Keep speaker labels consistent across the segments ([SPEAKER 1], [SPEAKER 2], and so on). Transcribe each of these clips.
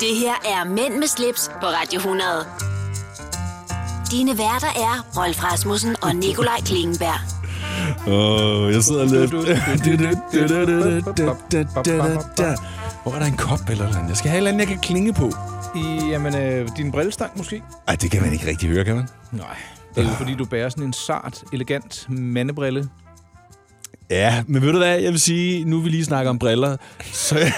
[SPEAKER 1] Det her er Mænd med slips på Radio 100. Dine værter er Rolf Rasmussen og Nikolaj Klingenberg.
[SPEAKER 2] Åh, jeg sidder lidt... Hvor er der en kop eller noget? Jeg skal have et eller andet, jeg kan klinge på.
[SPEAKER 3] I, jamen, øh, din brillestang måske?
[SPEAKER 2] Ej, det kan man ikke rigtig høre, kan man?
[SPEAKER 3] Nej. Det er jo fordi, du bærer sådan en sart, elegant mandebrille.
[SPEAKER 2] Ja, men ved du hvad? Jeg vil sige, nu vi lige snakker om briller, så jeg,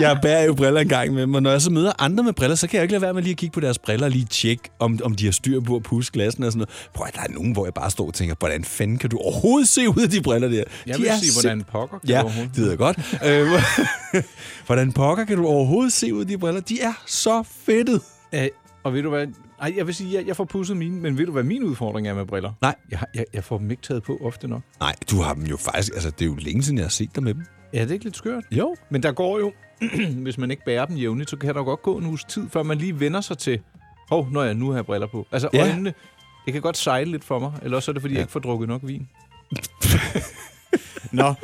[SPEAKER 2] jeg bærer jo briller en gang med, men når jeg så møder andre med briller, så kan jeg jo ikke lade være med lige at kigge på deres briller og lige tjekke, om, om de har styr på at pusse glassen og sådan noget. Prøv at der er nogen, hvor jeg bare står og tænker, hvordan fanden kan du overhovedet se ud af de briller der?
[SPEAKER 3] Jeg
[SPEAKER 2] de
[SPEAKER 3] vil
[SPEAKER 2] er
[SPEAKER 3] sige,
[SPEAKER 2] sim-
[SPEAKER 3] hvordan pokker kan
[SPEAKER 2] Ja,
[SPEAKER 3] du overhovedet-
[SPEAKER 2] det ved jeg godt. Øh, hvordan pokker kan du overhovedet se ud af de briller? De er så fedtet.
[SPEAKER 3] Øh, og ved du hvad? Ej, jeg vil sige, jeg, jeg får pudset mine, men ved du, hvad min udfordring er med briller?
[SPEAKER 2] Nej.
[SPEAKER 3] Jeg, har- jeg, jeg får dem ikke taget på ofte nok.
[SPEAKER 2] Nej, du har dem jo faktisk... Altså, det er jo længe siden, jeg har set dig med dem.
[SPEAKER 3] Ja, det er ikke lidt skørt.
[SPEAKER 2] Jo.
[SPEAKER 3] Men der går jo, hvis man ikke bærer dem jævnligt, så kan der jo godt gå en uges tid, før man lige vender sig til, hov, oh, når jeg nu har jeg briller på. Altså
[SPEAKER 2] Ja.
[SPEAKER 3] ja. øjnene, det kan godt sejle lidt for mig, eller også er det, fordi ja. jeg ikke får drukket nok vin. Nå,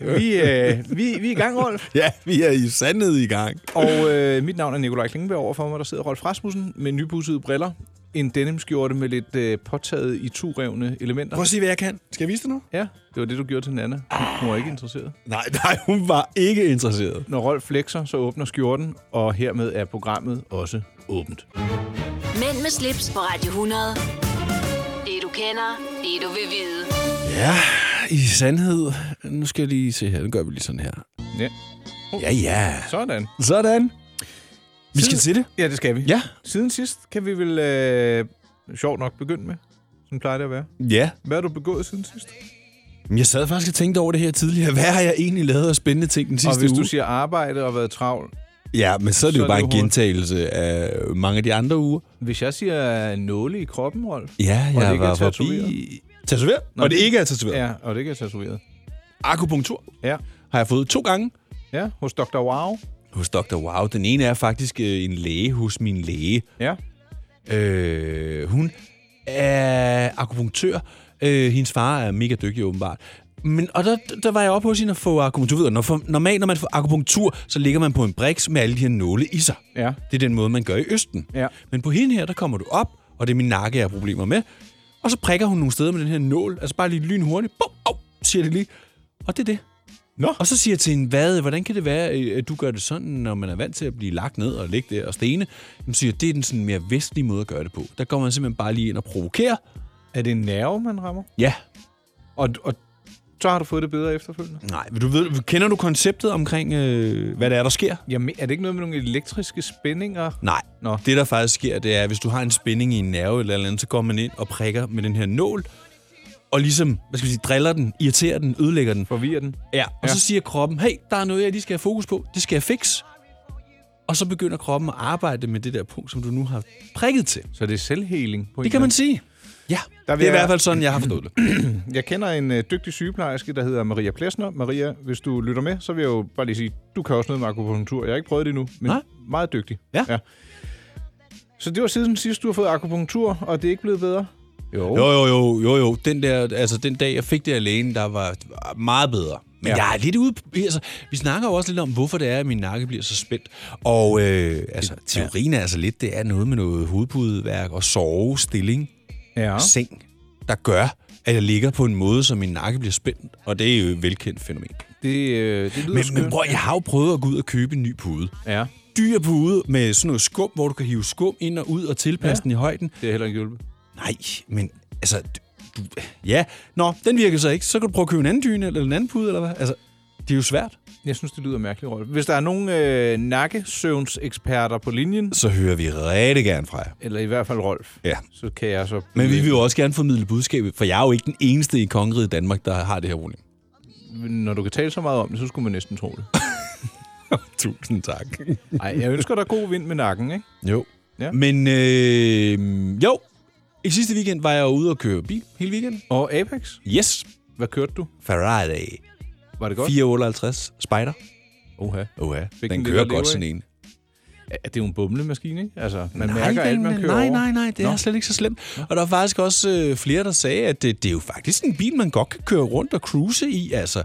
[SPEAKER 3] vi, øh, vi, vi er i gang, Rolf.
[SPEAKER 2] Ja, vi er i sandhed i gang.
[SPEAKER 3] Og øh, mit navn er Nikolaj Klingeberg over for mig, der sidder Rolf Rasmussen med nybussede briller, en denimskjorte med lidt øh, påtaget i turevne elementer.
[SPEAKER 2] Prøv at se, hvad jeg kan. Skal jeg vise dig nu?
[SPEAKER 3] Ja, det var det, du gjorde til Nana. Hun var ikke interesseret.
[SPEAKER 2] Nej, nej, hun var ikke interesseret.
[SPEAKER 3] Når Rolf flexer, så åbner skjorten, og hermed er programmet også åbent.
[SPEAKER 1] Mænd med slips på Radio 100. Det du kender, det du vil vide.
[SPEAKER 2] Ja, i sandhed. Nu skal jeg lige se her. Nu gør vi lige sådan her.
[SPEAKER 3] Ja.
[SPEAKER 2] Ja, ja.
[SPEAKER 3] Sådan.
[SPEAKER 2] Sådan. Vi skal
[SPEAKER 3] Siden-
[SPEAKER 2] til det.
[SPEAKER 3] Ja, det skal vi.
[SPEAKER 2] Ja.
[SPEAKER 3] Siden sidst kan vi vel, øh, sjovt nok, begynde med, som plejer det at være.
[SPEAKER 2] Ja.
[SPEAKER 3] Hvad har du begået siden sidst?
[SPEAKER 2] Men jeg sad faktisk og tænkte over det her tidligere. Hvad har jeg egentlig lavet af spændende ting den sidste
[SPEAKER 3] og hvis
[SPEAKER 2] uge?
[SPEAKER 3] du siger arbejde og været travl,
[SPEAKER 2] Ja, men så er det
[SPEAKER 3] Så
[SPEAKER 2] jo
[SPEAKER 3] er
[SPEAKER 2] bare
[SPEAKER 3] det
[SPEAKER 2] en
[SPEAKER 3] jo
[SPEAKER 2] gentagelse af mange af de andre uger.
[SPEAKER 3] hvis jeg siger nåle i kroppen, Rolf,
[SPEAKER 2] Ja,
[SPEAKER 3] Og det
[SPEAKER 2] jeg
[SPEAKER 3] ikke er
[SPEAKER 2] var forbi...
[SPEAKER 3] tatoveret.
[SPEAKER 2] Tatoveret?
[SPEAKER 3] Nå,
[SPEAKER 2] Og det
[SPEAKER 3] det-
[SPEAKER 2] ikke er tatoveret.
[SPEAKER 3] ja, og det ikke er tatoveret.
[SPEAKER 2] Akupunktur
[SPEAKER 3] Ja,
[SPEAKER 2] har jeg fået to gange.
[SPEAKER 3] ja, hos Dr. Wow.
[SPEAKER 2] Hos Dr. Wow. Den ene er faktisk øh, en læge hos min læge.
[SPEAKER 3] Ja,
[SPEAKER 2] Øh, hun er akupunktør. Øh, hendes far er mega dygtig, åbenbart. Men, og der, der var jeg oppe hos hende at få akupunktur. Du ved, Når, for, normalt, når man får akupunktur, så ligger man på en briks med alle de her nåle i sig.
[SPEAKER 3] ja,
[SPEAKER 2] Det er den måde, man gør i Østen.
[SPEAKER 3] Ja.
[SPEAKER 2] Men på hende her, der kommer du op, og det er min nakke, jeg har problemer med. Og så prikker hun nogle steder med den her nål. Altså bare lige lynhurtigt. Bum, au, siger det lige. Og det er det.
[SPEAKER 3] Nå.
[SPEAKER 2] Og så siger jeg til hende, hvad, hvordan kan det være, øh, at du gør det sådan, når man er vant til at blive lagt ned og ligge der og stene? Hun siger, jeg, det er den sådan mere vestlige måde at gøre det på. Der går man simpelthen bare lige ind og provokerer.
[SPEAKER 3] Er det en nerve, man rammer?
[SPEAKER 2] Ja.
[SPEAKER 3] Og, og så har du fået det bedre efterfølgende?
[SPEAKER 2] Nej, men du ved, kender du konceptet omkring, øh, hvad der er, der sker?
[SPEAKER 3] Jamen, er det ikke noget med nogle elektriske spændinger?
[SPEAKER 2] Nej.
[SPEAKER 3] Nå.
[SPEAKER 2] Det, der faktisk sker, det er, at hvis du har en spænding i en nerve eller et eller andet, så går man ind og prikker med den her nål, og ligesom, hvad skal vi sige, driller den, irriterer den, ødelægger den.
[SPEAKER 3] Forvirrer den?
[SPEAKER 2] Ja. Og
[SPEAKER 3] Ja.
[SPEAKER 2] så siger kroppen, hey, der er noget, jeg lige skal have fokus på. Det skal jeg fikse. Og så begynder kroppen at arbejde med det der punkt, som du nu har prikket til.
[SPEAKER 3] Så det er selvheling? På en
[SPEAKER 2] Det kan man
[SPEAKER 3] eller
[SPEAKER 2] sige. Ja,
[SPEAKER 3] Der
[SPEAKER 2] der
[SPEAKER 3] vil
[SPEAKER 2] det er i
[SPEAKER 3] jeg-
[SPEAKER 2] hvert fald sådan, jeg har forstået det.
[SPEAKER 3] anden- Jeg kender en øh, dygtig sygeplejerske, der hedder Maria Plesner. Maria, hvis du lytter med, så vil jeg jo bare lige sige, du kan også noget med akupunktur. Jeg har ikke prøvet det endnu, men
[SPEAKER 2] Nej.
[SPEAKER 3] Nej. meget dygtig.
[SPEAKER 2] Ja.
[SPEAKER 3] Så det var siden sidst, du har fået akupunktur, og det er ikke blevet bedre? Jo.
[SPEAKER 2] Jo, jo, jo, jo, jo. Den, der, altså, den dag, jeg fik det alene, der var, var meget bedre. Men ja.
[SPEAKER 3] Ja.
[SPEAKER 2] jeg er lidt ude... på- Altså, vi snakker jo også lidt om, hvorfor det er, at min nakke bliver så spændt. Og øh, altså, teorien er altså lidt, det er noget med noget hovedpudeværk og sove, stilling,
[SPEAKER 3] Ja.
[SPEAKER 2] ja. seng, der gør, at jeg ligger på en måde, så min nakke bliver spændt. Og det er jo et velkendt fænomen.
[SPEAKER 3] Det, øh, det lyder
[SPEAKER 2] Men,
[SPEAKER 3] skønt.
[SPEAKER 2] men bror, jeg har jo prøvet at gå ud og købe en ny pude.
[SPEAKER 3] Ja,
[SPEAKER 2] Dyr pude med sådan noget skum, hvor du kan hive skum ind og ud og tilpasse ja. den i højden.
[SPEAKER 3] det er heller ikke hjulpet.
[SPEAKER 2] Nej, men altså... Du, du- ja, nå, den virker så ikke. Så kan du prøve at købe en anden dyne, eller en anden pude, eller hvad? Altså, det er jo svært.
[SPEAKER 3] Jeg synes, det lyder mærkeligt, Rolf. Hvis der er nogen øh, nakkesøvnseksperter på linjen,
[SPEAKER 2] Så hører vi rigtig gerne fra jer.
[SPEAKER 3] eller i hvert fald Rolf,
[SPEAKER 2] Ja.
[SPEAKER 3] så kan jeg så...
[SPEAKER 2] Men vi vil jo også gerne formidle budskabet, for jeg er jo ikke den eneste i kongeriget Danmark, der har det her problem.
[SPEAKER 3] Når du kan tale så meget om det, så skulle man næsten tro det.
[SPEAKER 2] Tusind tak.
[SPEAKER 3] Nej, jeg ønsker dig god vind med nakken, ikke?
[SPEAKER 2] Jo. Ja.
[SPEAKER 3] Ja.
[SPEAKER 2] Men øh, jo, i sidste weekend var jeg jo ude og køre bil hele weekenden.
[SPEAKER 3] Og Apex,
[SPEAKER 2] Yes.
[SPEAKER 3] hvad kørte du?
[SPEAKER 2] Ferrari.
[SPEAKER 3] Var det godt?
[SPEAKER 2] 458 Spider.
[SPEAKER 3] Oha.
[SPEAKER 2] Oha,
[SPEAKER 3] Fik
[SPEAKER 2] den
[SPEAKER 3] den
[SPEAKER 2] kører
[SPEAKER 3] lidt at
[SPEAKER 2] godt
[SPEAKER 3] leve
[SPEAKER 2] sådan en.
[SPEAKER 3] Ja, det er jo en bumlemaskine, ikke? Altså, man nej, mærker alt, man kører
[SPEAKER 2] nej,
[SPEAKER 3] over.
[SPEAKER 2] nej, nej, det Nå.
[SPEAKER 3] Nå.
[SPEAKER 2] er slet ikke så slemt. Og der var faktisk også øh, flere, der sagde, at det, det er jo faktisk en bil, man godt kan køre rundt og cruise i. Altså,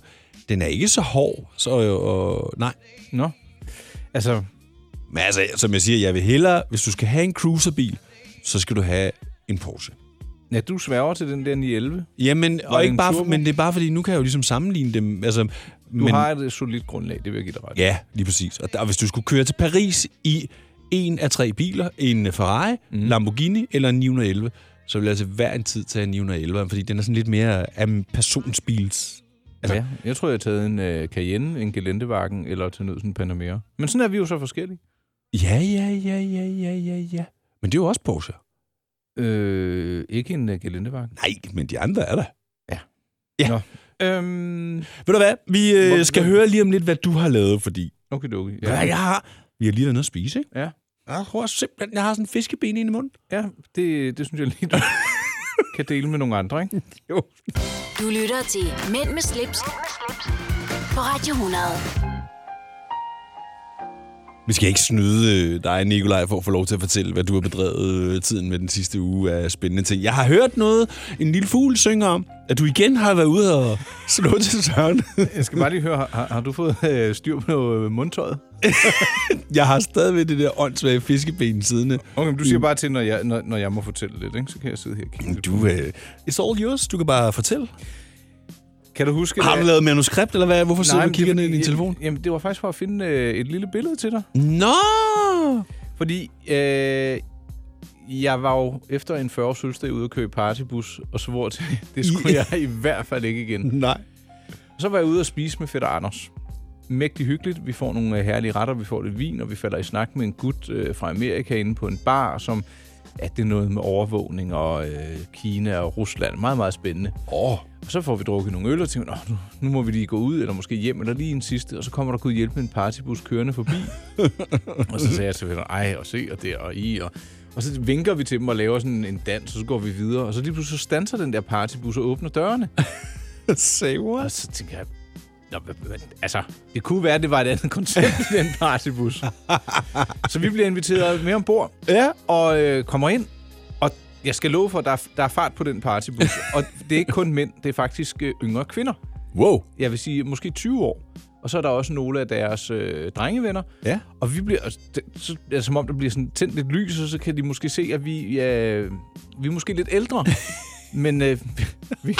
[SPEAKER 2] den er ikke så hård, så øh, øh, nej.
[SPEAKER 3] Nå. Altså,
[SPEAKER 2] Men altså, som jeg siger, jeg vil hellere, hvis du skal have en cruiserbil, så skal du have en Porsche.
[SPEAKER 3] Ja, du sværger til den der 911.
[SPEAKER 2] Jamen,
[SPEAKER 3] det
[SPEAKER 2] og ikke
[SPEAKER 3] en
[SPEAKER 2] bare,
[SPEAKER 3] turbo?
[SPEAKER 2] men det er bare fordi, nu kan jeg jo ligesom sammenligne dem. Altså,
[SPEAKER 3] Du
[SPEAKER 2] men,
[SPEAKER 3] men... har et solidt grundlag, det vil jeg give dig ret. i.
[SPEAKER 2] Ja, lige præcis. Og, der, og hvis du skulle køre til Paris i en af tre biler, en Ferrari, mm. Lamborghini eller en 911, så vil jeg altså hver en tid tage en 911, fordi den er sådan lidt mere af en personsbils. Altså-
[SPEAKER 3] ja. Jeg tror, jeg har taget en øh, Cayenne, en Geländewagen eller til nød sådan en Panamera. Men sådan er vi jo så forskellige.
[SPEAKER 2] Ja, ja, ja, ja, ja, ja, ja. Men det er jo også Porsche.
[SPEAKER 3] Øh, ikke en uh, Geländewagen.
[SPEAKER 2] Nej, men de andre er der.
[SPEAKER 3] Øhm,
[SPEAKER 2] Ved du hvad? Vi
[SPEAKER 3] Hvor-
[SPEAKER 2] øh, skal
[SPEAKER 3] hvor-
[SPEAKER 2] høre lige om lidt, hvad du har lavet, fordi...
[SPEAKER 3] okay, okay.
[SPEAKER 2] Ja. Hvad jeg har? Vi har lige været nede at spise, ikke?
[SPEAKER 3] Ja.
[SPEAKER 2] Jeg tror simpelthen, jeg har sådan en fiskeben inde i munden.
[SPEAKER 3] Ja, det, det synes jeg lige, du kan dele med nogle andre, ikke? Jo.
[SPEAKER 1] Du lytter til Mænd med slips, på Radio 100.
[SPEAKER 2] Vi skal ikke snyde øh, dig, Nikolaj, for at få lov til at fortælle, hvad du har bedrevet øh, tiden med den sidste uge af spændende ting. Jeg har hørt noget, en lille fugl synger om, at du igen har været ude og slå til søren.
[SPEAKER 3] Jeg skal bare lige høre, har, har du fået øh, styr på noget øh, mundtøjet?
[SPEAKER 2] jeg har stadigvæk det der åndssvage fiskeben siddende.
[SPEAKER 3] Okay, men du
[SPEAKER 2] Mm.
[SPEAKER 3] siger bare til, når jeg, når, når jeg må fortælle lidt, ikke? så kan jeg sidde her og kigge lidt.
[SPEAKER 2] Du, øh, it's all yours. Du kan bare fortælle.
[SPEAKER 3] Kan du huske...
[SPEAKER 2] Har du
[SPEAKER 3] at-
[SPEAKER 2] lavet manuskript, eller hvad? Hvorfor sidder du
[SPEAKER 3] men
[SPEAKER 2] og kigger
[SPEAKER 3] det-
[SPEAKER 2] ned i din
[SPEAKER 3] jeg-
[SPEAKER 2] telefon?
[SPEAKER 3] Jamen, det var faktisk for at finde øh, et lille billede til dig.
[SPEAKER 2] Nå!
[SPEAKER 3] Fordi øh, jeg var jo efter en 40 års fødselsdag ude og køre i partybus, og svor til, det skulle
[SPEAKER 2] Ja.
[SPEAKER 3] jeg i hvert fald ikke igen.
[SPEAKER 2] Nej.
[SPEAKER 3] Så var jeg ude og spise med fætter Anders. Mægtig hyggeligt. Vi får nogle øh, herlige retter, vi får lidt vin, og vi falder i snak med en gut øh, fra Amerika inde på en bar, som ja, det er noget med overvågning og øh, Kina og Rusland. Meget, meget spændende.
[SPEAKER 2] Åh, oh,
[SPEAKER 3] Og så får vi drukket nogle øl og tænker, "Nå, nu, nu må vi lige gå ud, eller måske hjem, eller lige en sidste. Og så kommer der kunne hjælpe med en partybus kørende forbi. og så sagde jeg til fætteren, ej, og se, og der, og i, og... Og så vinker vi til dem og laver sådan en dans, og så går vi videre. Og så lige pludselig så stanser den der partybus og åbner dørene.
[SPEAKER 2] say what?
[SPEAKER 3] Og så tænker jeg, Nå, men, men, altså, det kunne være, at det var et andet koncept i den partybus. så vi bliver inviteret med ombord
[SPEAKER 2] Ja.
[SPEAKER 3] og øh, kommer ind. Og jeg skal love for, at der er, der er fart på den partybus. og det er ikke kun mænd, det er faktisk øh, yngre kvinder.
[SPEAKER 2] Wow.
[SPEAKER 3] Jeg vil sige, måske 20 år. Og så er der også nogle af deres øh, drengevenner.
[SPEAKER 2] Ja.
[SPEAKER 3] Og vi bliver, altså, det, så, ja, som om der bliver sådan tændt lidt lys, og så kan de måske se, at vi, ja, vi er måske lidt ældre. Men øh, vi,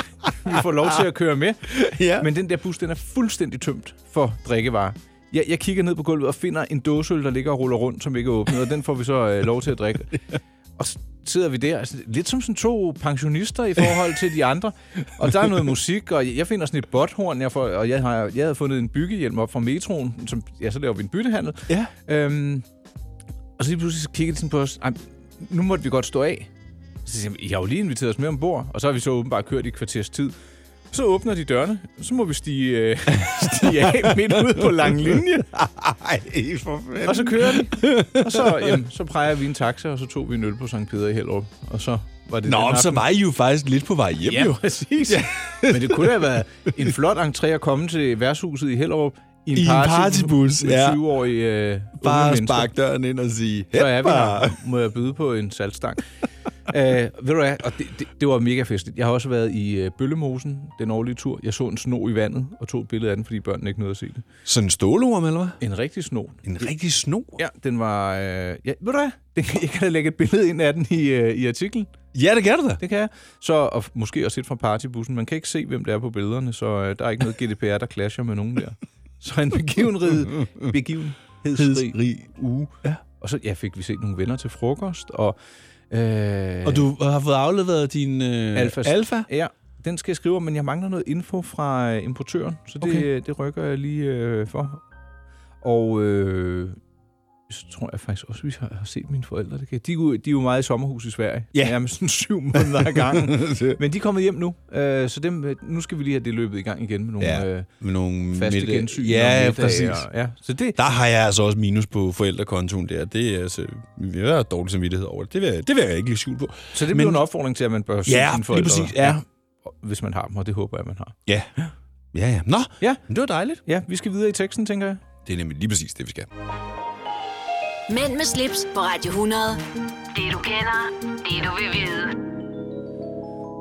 [SPEAKER 3] vi får lov til at køre med.
[SPEAKER 2] Ja.
[SPEAKER 3] Men den der bus, den er fuldstændig tømt for drikkevarer. Jeg, jeg kigger ned på gulvet og finder en dåseøl, der ligger og ruller rundt, som ikke er åbnet, og den får vi så øh, lov til at drikke. Og så sidder vi der, altså, lidt som sådan to pensionister i forhold til de andre. Og der er noget musik, og jeg finder sådan et botthorn, jeg får, og jeg, har, jeg havde fundet en byggehjelm op fra metroen, som, ja, så laver vi en byttehandel.
[SPEAKER 2] Ja.
[SPEAKER 3] Øhm, og så lige pludselig så kiggede de sådan på os. Ej, nu måtte vi godt stå af. Så siger jeg, I har jo lige inviteret os med ombord. Og så har vi så åbenbart kørt i et kvarters tid. Så åbner de dørene. Så må vi stige, øh, stige af midt ud på lang linje.
[SPEAKER 2] Ej, for fanden.
[SPEAKER 3] Og så kører de. Og så, jamen, så præger vi en taxa, og så tog vi en øl på Sankt Peter i Hellerup. Og så var det
[SPEAKER 2] Nå,
[SPEAKER 3] den
[SPEAKER 2] men så
[SPEAKER 3] aften.
[SPEAKER 2] var I jo faktisk lidt på vej hjem,
[SPEAKER 3] Ja,
[SPEAKER 2] jo.
[SPEAKER 3] præcis. Ja. Men det kunne da have været en flot entré at komme til værtshuset i Hellerup i en,
[SPEAKER 2] I en partybus,
[SPEAKER 3] med
[SPEAKER 2] ja.
[SPEAKER 3] 20-årige øh, unge
[SPEAKER 2] Bare
[SPEAKER 3] mennesker.
[SPEAKER 2] spark døren ind og sige,
[SPEAKER 3] Så er vi
[SPEAKER 2] "Heppa."
[SPEAKER 3] her. Må jeg byde på en saltstang? uh, ved du hvad, og det, det, det var mega festligt. Jeg har også været i uh, Bøllemosen den årlige tur. Jeg så en sno i vandet og tog et billede af den, fordi børnene ikke nåede at se det.
[SPEAKER 2] Sådan en stålorm, eller hvad?
[SPEAKER 3] En rigtig sno.
[SPEAKER 2] En rigtig sno?
[SPEAKER 3] Ja, den var... Uh, ja, ved du hvad? Det, jeg kan da lægge et billede ind af den i, uh, i artiklen.
[SPEAKER 2] Ja, det gør det da.
[SPEAKER 3] Det kan jeg. Så, og måske også et fra partybussen. Man kan ikke se, hvem det er på billederne, så uh, der er ikke noget GDPR, der clasher med nogen der. Så en begivenhed, begivenhedsrig
[SPEAKER 2] Rig uge. Ja.
[SPEAKER 3] Og så ja, fik vi set nogle venner til frokost, og... Øh,
[SPEAKER 2] Og du har fået afleveret din øh,
[SPEAKER 3] Alfas.
[SPEAKER 2] alfa?
[SPEAKER 3] Ja, den skal jeg skrive om, men jeg mangler noget info fra øh, importøren, så det,
[SPEAKER 2] Okay.
[SPEAKER 3] okay. det rykker jeg lige øh, for. Og øh, så tror jeg faktisk også, at vi har har set mine forældre. Det kan. De, er jo- de er jo meget i sommerhus i Sverige.
[SPEAKER 2] Ja.
[SPEAKER 3] Jamen sådan syv måneder ad gangen. Men de er kommet hjem nu, øh, så dem, øh, nu skal vi lige have det løbet i gang igen med nogle
[SPEAKER 2] Ja,
[SPEAKER 3] ja. øh,
[SPEAKER 2] Med nogle
[SPEAKER 3] faste
[SPEAKER 2] middag-
[SPEAKER 3] gensyn. og
[SPEAKER 2] Ja,
[SPEAKER 3] middage
[SPEAKER 2] præcis.
[SPEAKER 3] Og, ja. Så det,
[SPEAKER 2] Der har jeg altså også minus på forældrekontoen der. Det er altså, jeg har dårlig samvittighed over det. Det vil, jeg- det vil jeg ikke lige skjul på.
[SPEAKER 3] så det
[SPEAKER 2] Men-
[SPEAKER 3] bliver en opfordring til, at man bør se
[SPEAKER 2] Ja,
[SPEAKER 3] sine
[SPEAKER 2] lige
[SPEAKER 3] forældre.
[SPEAKER 2] præcis. Ja.
[SPEAKER 3] Hvis man har dem, og det håber jeg, man har.
[SPEAKER 2] Ja. Ja, ja. Nå,
[SPEAKER 3] Ja.
[SPEAKER 2] men det var dejligt.
[SPEAKER 3] Ja, vi skal videre i teksten, tænker jeg.
[SPEAKER 2] Det er nemlig lige præcis det, vi skal.
[SPEAKER 1] Mænd med slips på Radio 100. Det du kender, det du vil vide.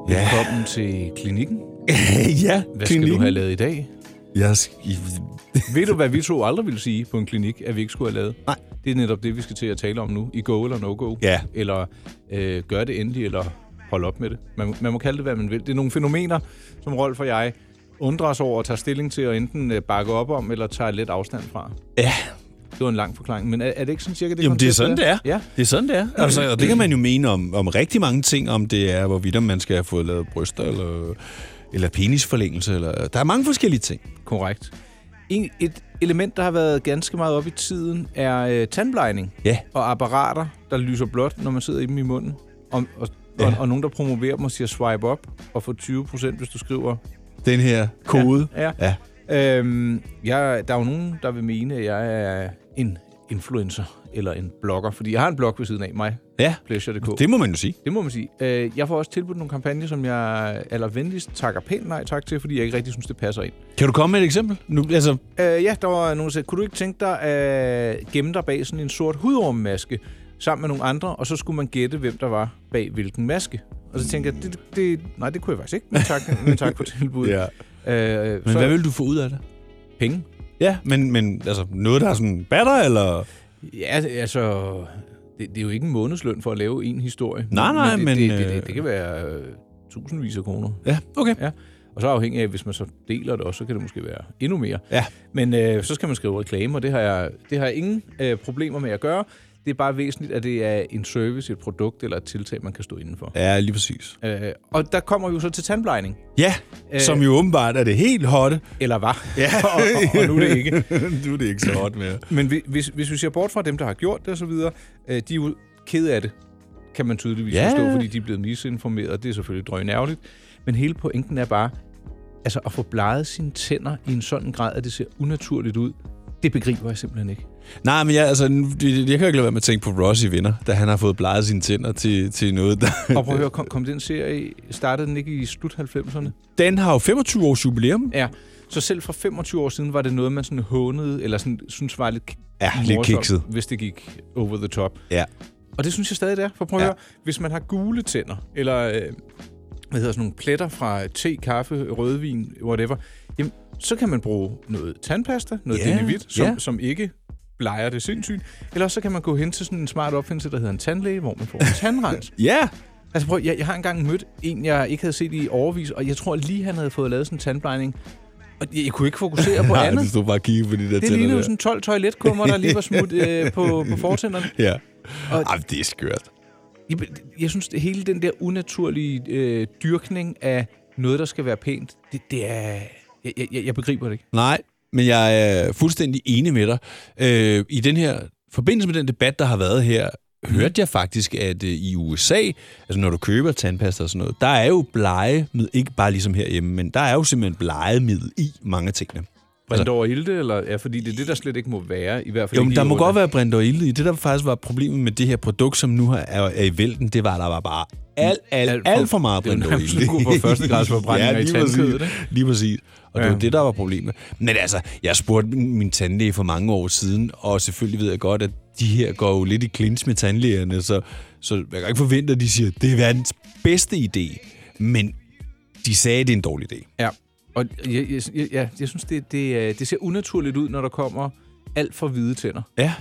[SPEAKER 2] Ja,
[SPEAKER 3] Velkommen til klinikken.
[SPEAKER 2] ja.
[SPEAKER 3] Hvad skal du have lavet i dag?
[SPEAKER 2] Jeg skal...
[SPEAKER 3] Ved du, hvad vi to aldrig ville sige på en klinik, at vi ikke skulle have lavet?
[SPEAKER 2] Nej.
[SPEAKER 3] Det er netop det, vi skal til at tale om nu. I go eller no go.
[SPEAKER 2] Ja.
[SPEAKER 3] Eller øh, gør det endelig, eller hold op med det. Man, man må kalde det, hvad man vil. Det er nogle fænomener, som Rolf og jeg undrer os over og tager stilling til, og enten øh, bakker op om, eller tager lidt afstand fra.
[SPEAKER 2] Ja,
[SPEAKER 3] Det var en lang forklaring, men er, er det ikke sådan cirka det?
[SPEAKER 2] Jamen, det er
[SPEAKER 3] koncept,
[SPEAKER 2] sådan, det er.
[SPEAKER 3] Ja.
[SPEAKER 2] Det er sådan, det er. Altså, og det kan man jo mene om, om rigtig mange ting, om det er, hvorvidt om man skal have fået lavet bryster, eller, eller penisforlængelse, eller... Der er mange forskellige ting.
[SPEAKER 3] Korrekt. En, et element, der har været ganske meget op i tiden, er øh, tandblejning
[SPEAKER 2] Ja.
[SPEAKER 3] og apparater, der lyser blåt, når man sidder i dem i munden. Og, og, ja. og, og nogen, der promoverer dem og siger swipe op og få 20%, hvis du skriver
[SPEAKER 2] Den her kode.
[SPEAKER 3] Ja.
[SPEAKER 2] Ja.
[SPEAKER 3] ja. Øhm, jeg, der er jo nogen, der vil mene, at jeg er en influencer eller en blogger, fordi jeg har en blog ved siden af mig,
[SPEAKER 2] Ja.
[SPEAKER 3] pleasure.dk.
[SPEAKER 2] Det må man jo sige.
[SPEAKER 3] Det må man sige. Øh, jeg får også tilbudt nogle kampagner, som jeg allervenligst takker pænt nej tak til, fordi jeg ikke rigtig synes, det passer ind.
[SPEAKER 2] Kan du komme med et eksempel? Nu, altså,
[SPEAKER 3] Øh, ja, der var nogen, der sagde, kunne du ikke tænke dig at gemme dig bag sådan en sort hudormmaske sammen med nogle andre, og så skulle man gætte, hvem der var bag hvilken maske. Og så tænkte jeg, det, det, nej, det kunne jeg faktisk ikke, men tak, men tak for tilbuddet.
[SPEAKER 2] Ja.
[SPEAKER 3] Øh,
[SPEAKER 2] men
[SPEAKER 3] så
[SPEAKER 2] hvad vil du få ud af det?
[SPEAKER 3] penge?
[SPEAKER 2] Ja, men, men altså, noget, der er sådan batter, eller...
[SPEAKER 3] Ja, altså... Det, det er jo ikke en månedsløn for at lave en historie.
[SPEAKER 2] Nej, nej,
[SPEAKER 3] det,
[SPEAKER 2] men,
[SPEAKER 3] Det, det, det,
[SPEAKER 2] øh,
[SPEAKER 3] det kan være øh, tusindvis af kroner.
[SPEAKER 2] Ja, okay.
[SPEAKER 3] Ja. Og så afhængig af, hvis man så deler det også, så kan det måske være endnu mere.
[SPEAKER 2] Ja.
[SPEAKER 3] Men øh, så skal man skrive reklame, og det har jeg, det har jeg ingen øh, problemer med at gøre. Det er bare væsentligt, at det er en service, et produkt eller et tiltag, man kan stå indenfor.
[SPEAKER 2] Ja, lige præcis.
[SPEAKER 3] Ja. Øh, og der kommer vi jo så til tandblejning.
[SPEAKER 2] Ja, øh... som jo åbenbart er det helt hotte.
[SPEAKER 3] Eller hvad? Ja. og, og, og nu er det ikke.
[SPEAKER 2] nu er det ikke så hot mere.
[SPEAKER 3] Men hvi- hvis, hvis vi ser bort fra dem, der har gjort det osv., øh, de er jo kede af det, kan man tydeligvis
[SPEAKER 2] Ja.
[SPEAKER 3] ja. forstå, fordi de er blevet misinformeret, og det er selvfølgelig drøgnærligt. Men hele pointen er bare, altså at få bleget sine tænder i en sådan grad, at det ser unaturligt ud, det begriber jeg simpelthen ikke.
[SPEAKER 2] Nej, men jeg, altså, nu- jeg, jeg kan jo ikke lade være med at tænke på Ross i Venner, da han har fået bleget sine tænder til, til noget, der...
[SPEAKER 3] Og prøv at høre, kom, kom den serie, startede den ikke i slut 90'erne?
[SPEAKER 2] Den har jo 25 års jubilæum.
[SPEAKER 3] Ja, så selv for 25 år siden var det noget, man sådan hånede, eller sådan, synes var lidt,
[SPEAKER 2] Ja, lidt
[SPEAKER 3] morsomt,
[SPEAKER 2] kikset.
[SPEAKER 3] Hvis det gik over the top.
[SPEAKER 2] Ja.
[SPEAKER 3] Og det synes jeg stadig, det er. For prøv at
[SPEAKER 2] Ja.
[SPEAKER 3] ja. høre, hvis man har gule tænder, eller øh, hvad hedder sådan nogle pletter fra te, kaffe, rødvin, whatever, jamen, så kan man bruge noget tandpasta, noget
[SPEAKER 2] Ja,
[SPEAKER 3] yeah. denivit, som,
[SPEAKER 2] ja.
[SPEAKER 3] yeah. som ikke bleger det sindssygt. Eller også så kan man gå hen til sådan en smart opfindelse, der hedder en tandlæge, hvor man får en tandrens.
[SPEAKER 2] Ja,
[SPEAKER 3] Altså prøv, jeg, jeg har engang mødt en, jeg ikke havde set i overvis, og jeg tror lige, han havde fået lavet sådan en tandplejning. Og jeg, jeg kunne ikke fokusere på
[SPEAKER 2] Nej,
[SPEAKER 3] andet.
[SPEAKER 2] du stod bare og kiggede på de der
[SPEAKER 3] Det
[SPEAKER 2] tænder
[SPEAKER 3] lignede jo
[SPEAKER 2] der.
[SPEAKER 3] sådan 12 toiletkummer, der lige var smudt øh, på, på fortænderne.
[SPEAKER 2] Ja.
[SPEAKER 3] Og-
[SPEAKER 2] Ej, det er skørt.
[SPEAKER 3] Jeg, jeg synes, at hele den der unaturlige øh, dyrkning af noget, der skal være pænt, det, det er... Jeg, jeg, jeg begriber det ikke.
[SPEAKER 2] Nej, men jeg er fuldstændig enig med dig. Øh, I den her forbindelse med den debat, der har været her, hørte jeg faktisk, at øh, i USA, altså når du køber tandpasta og sådan noget, der er jo blegemiddel, ikke bare ligesom herhjemme, men der er jo simpelthen blegemiddel i mange af tingene.
[SPEAKER 3] Brændt over ilde, eller... Ja, fordi det er det, der slet ikke må være, i hvert fald
[SPEAKER 2] Jo, men
[SPEAKER 3] ikke
[SPEAKER 2] der må godt være brint og ild i. Det, der faktisk var problemet med det her produkt, som nu er, er i vælten, det var, at der var bare alt, alt, alt,
[SPEAKER 3] Alt for-
[SPEAKER 2] alt for meget
[SPEAKER 3] det er jo
[SPEAKER 2] brint og
[SPEAKER 3] nærmest
[SPEAKER 2] ild.
[SPEAKER 3] en kur for førstegradsforbrændinger i tandkødet,
[SPEAKER 2] præcis. Lige præcis. Og det var det, der var problemet. Men altså, jeg spurgte min, min tandlæge for mange år siden, og selvfølgelig ved jeg godt, at de her går jo lidt i clinch med tandlægerne, så, så jeg kan ikke forvente, at de siger, at det er verdens bedste idé. Men de sagde, at det er en dårlig idé.
[SPEAKER 3] Ja, og jeg, jeg, jeg, jeg, jeg synes, det, det, er- det ser unaturligt ud, når der kommer alt for hvide tænder.
[SPEAKER 2] Ja,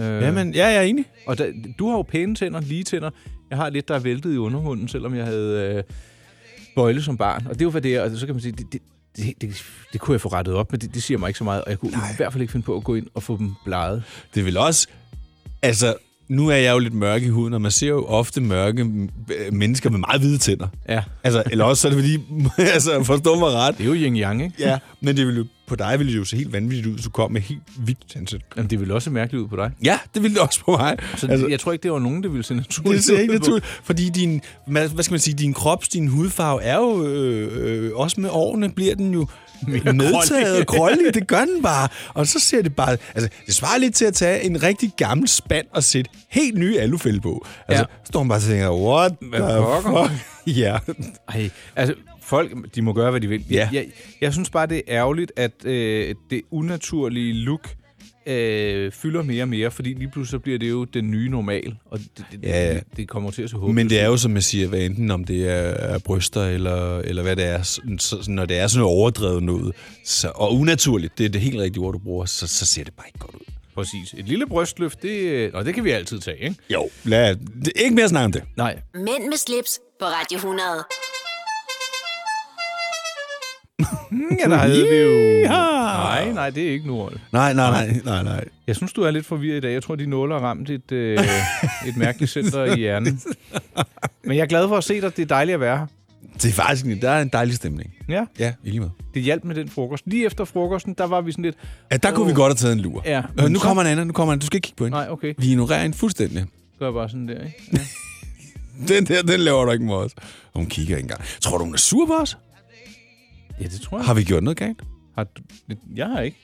[SPEAKER 3] Øh,
[SPEAKER 2] Jamen, ja jeg er enig.
[SPEAKER 3] Og der, du har jo pæne tænder, lige tænder. Jeg har lidt, der er væltet i underhunden, selvom jeg havde øh, bøjle som barn. Og det er jo, hvad det er. Og så kan man sige, det, det, det, det, det kunne jeg få rettet op, men det, det siger mig ikke så meget. Og jeg kunne Nej. i hvert fald ikke finde på at gå ind og få dem bleget.
[SPEAKER 2] Det vil også... Altså, nu er jeg jo lidt mørk i huden, og man ser jo ofte mørke m- øh, mennesker med meget hvide tænder.
[SPEAKER 3] Ja.
[SPEAKER 2] Altså, eller også så er det fordi... altså, forstå mig ret.
[SPEAKER 3] Det er jo yin-yang, ikke?
[SPEAKER 2] Ja, men det ville jo, på dig ville det jo se helt vanvittigt ud, hvis du kom med helt hvidt tandsæt.
[SPEAKER 3] Jamen, det ville også se mærkeligt ud på dig.
[SPEAKER 2] Ja, det ville det også på mig.
[SPEAKER 3] Så altså, jeg tror ikke, det var nogen, der ville se naturligt
[SPEAKER 2] det ser ikke
[SPEAKER 3] ud på.
[SPEAKER 2] naturligt, fordi din, hvad hvad skal man sige, din krops, din hudfarve er jo, øh, øh, også med årene bliver den jo medtaget og krøllig, det gør den bare. Og så ser det bare, altså det svarer lidt til at tage en rigtig gammel spand og sætte helt nye alufælde på. Altså, ja.
[SPEAKER 3] Ja.
[SPEAKER 2] står man bare og tænker, what the
[SPEAKER 3] pokker?
[SPEAKER 2] fuck? ja,
[SPEAKER 3] Ej, altså folk, de må gøre, hvad de vil.
[SPEAKER 2] Ja.
[SPEAKER 3] Jeg, jeg synes bare, det er ærgerligt, at øh, det unaturlige look øh, fylder mere og mere, fordi lige pludselig så bliver det jo den nye normal, og det, det,
[SPEAKER 2] Ja.
[SPEAKER 3] ja. det, det kommer til at se håbløst.
[SPEAKER 2] men det er jo, som jeg siger, hvad enten om det er, er bryster eller, eller hvad det er, sådan- så, så når det er sådan noget overdrevet noget, så, og unaturligt, det er det helt rigtige ord, du bruger, så, så ser det bare ikke godt ud.
[SPEAKER 3] Præcis. Et lille brystløft, det, øh, nå, det kan vi altid tage, ikke? Mm,
[SPEAKER 2] Jo, lad, det, ikke mere snak om det.
[SPEAKER 3] Nej.
[SPEAKER 1] Mænd med slips på Radio 100.
[SPEAKER 3] Ja, der havde vi jo...
[SPEAKER 2] Nej.
[SPEAKER 3] Nej, nej, det er ikke nu, Rolf.
[SPEAKER 2] Nej, nej, nej, nej, nej.
[SPEAKER 3] Jeg synes, du er lidt forvirret i dag. Jeg tror, de nåler har ramt et, øh, et mærkeligt center i hjernen. Men jeg er glad for at se dig. Det er dejligt at være her.
[SPEAKER 2] Det er faktisk en, der er en dejlig stemning.
[SPEAKER 3] Ja,
[SPEAKER 2] Ja, i lige måde.
[SPEAKER 3] det hjalp med den frokost. Lige efter frokosten, der var vi sådan lidt...
[SPEAKER 2] Ja, der kunne vi godt have taget en lur.
[SPEAKER 3] Ja,
[SPEAKER 2] Øh,
[SPEAKER 3] men
[SPEAKER 2] nu
[SPEAKER 3] så-
[SPEAKER 2] kommer en anden, nu kommer en. Du skal ikke kigge på hende.
[SPEAKER 3] Nej, okay.
[SPEAKER 2] Vi ignorerer hende fuldstændig.
[SPEAKER 3] Gør jeg bare sådan der, ikke?
[SPEAKER 2] Den der, den laver du ikke med os. Hun kigger ikke engang. Tror du, hun er sur på os?
[SPEAKER 3] Ja, det tror jeg.
[SPEAKER 2] Har vi gjort noget galt? Altså,
[SPEAKER 3] Har du... Jeg har ikke.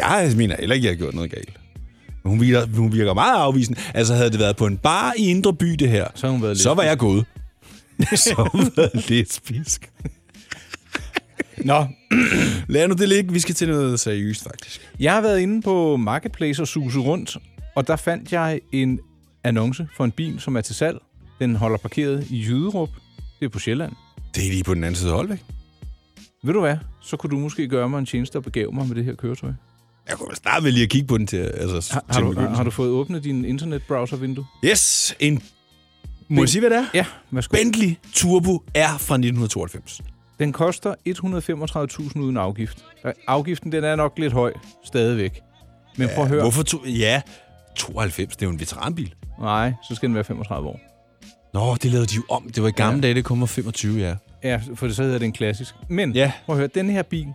[SPEAKER 2] Jeg mener heller ikke, jeg har gjort noget galt. Men Hun virker, hun virker meget afvisende. Altså, havde det været på en bar i Indre By, det her,
[SPEAKER 3] Så har hun været lidt...
[SPEAKER 2] så var jeg gået. så har hun været lidt spisk.
[SPEAKER 3] Nå,
[SPEAKER 2] Lad nu det ligge. Vi skal til noget seriøst, faktisk.
[SPEAKER 3] Jeg har været inde på Marketplace og suset rundt, og der fandt jeg en annonce for en bil, som er til salg. Den holder parkeret i Jyderup. Det er på Sjælland.
[SPEAKER 2] Det er lige på den anden side af Holbæk.
[SPEAKER 3] Ved du hvad? Så kunne du måske gøre mig en tjeneste og begave mig med det her køretøj.
[SPEAKER 2] Jeg kunne vel starte med lige at kigge på den til, altså,
[SPEAKER 3] Har,
[SPEAKER 2] til
[SPEAKER 3] har, du,
[SPEAKER 2] begyndelsen.
[SPEAKER 3] har du fået åbnet din internetbrowser-vindue?
[SPEAKER 2] Yes, en... Må jeg sige, hvad det er?
[SPEAKER 3] Ja, værsgo.
[SPEAKER 2] Bentley Turbo R fra 1992.
[SPEAKER 3] Den koster 135.000 uden afgift. Og Afgiften den er nok lidt høj stadigvæk. Men prøv at høre.
[SPEAKER 2] Hvorfor to... Ja, 92, det er jo en veteranbil.
[SPEAKER 3] Nej, så skal den være 35 år.
[SPEAKER 2] Nå, det lavede de jo om. Det var i gamle ja. dage, det kommer 25, ja.
[SPEAKER 3] Ja, for så hedder det en klassisk. Men
[SPEAKER 2] Ja.
[SPEAKER 3] ja. prøv at høre, den her bil,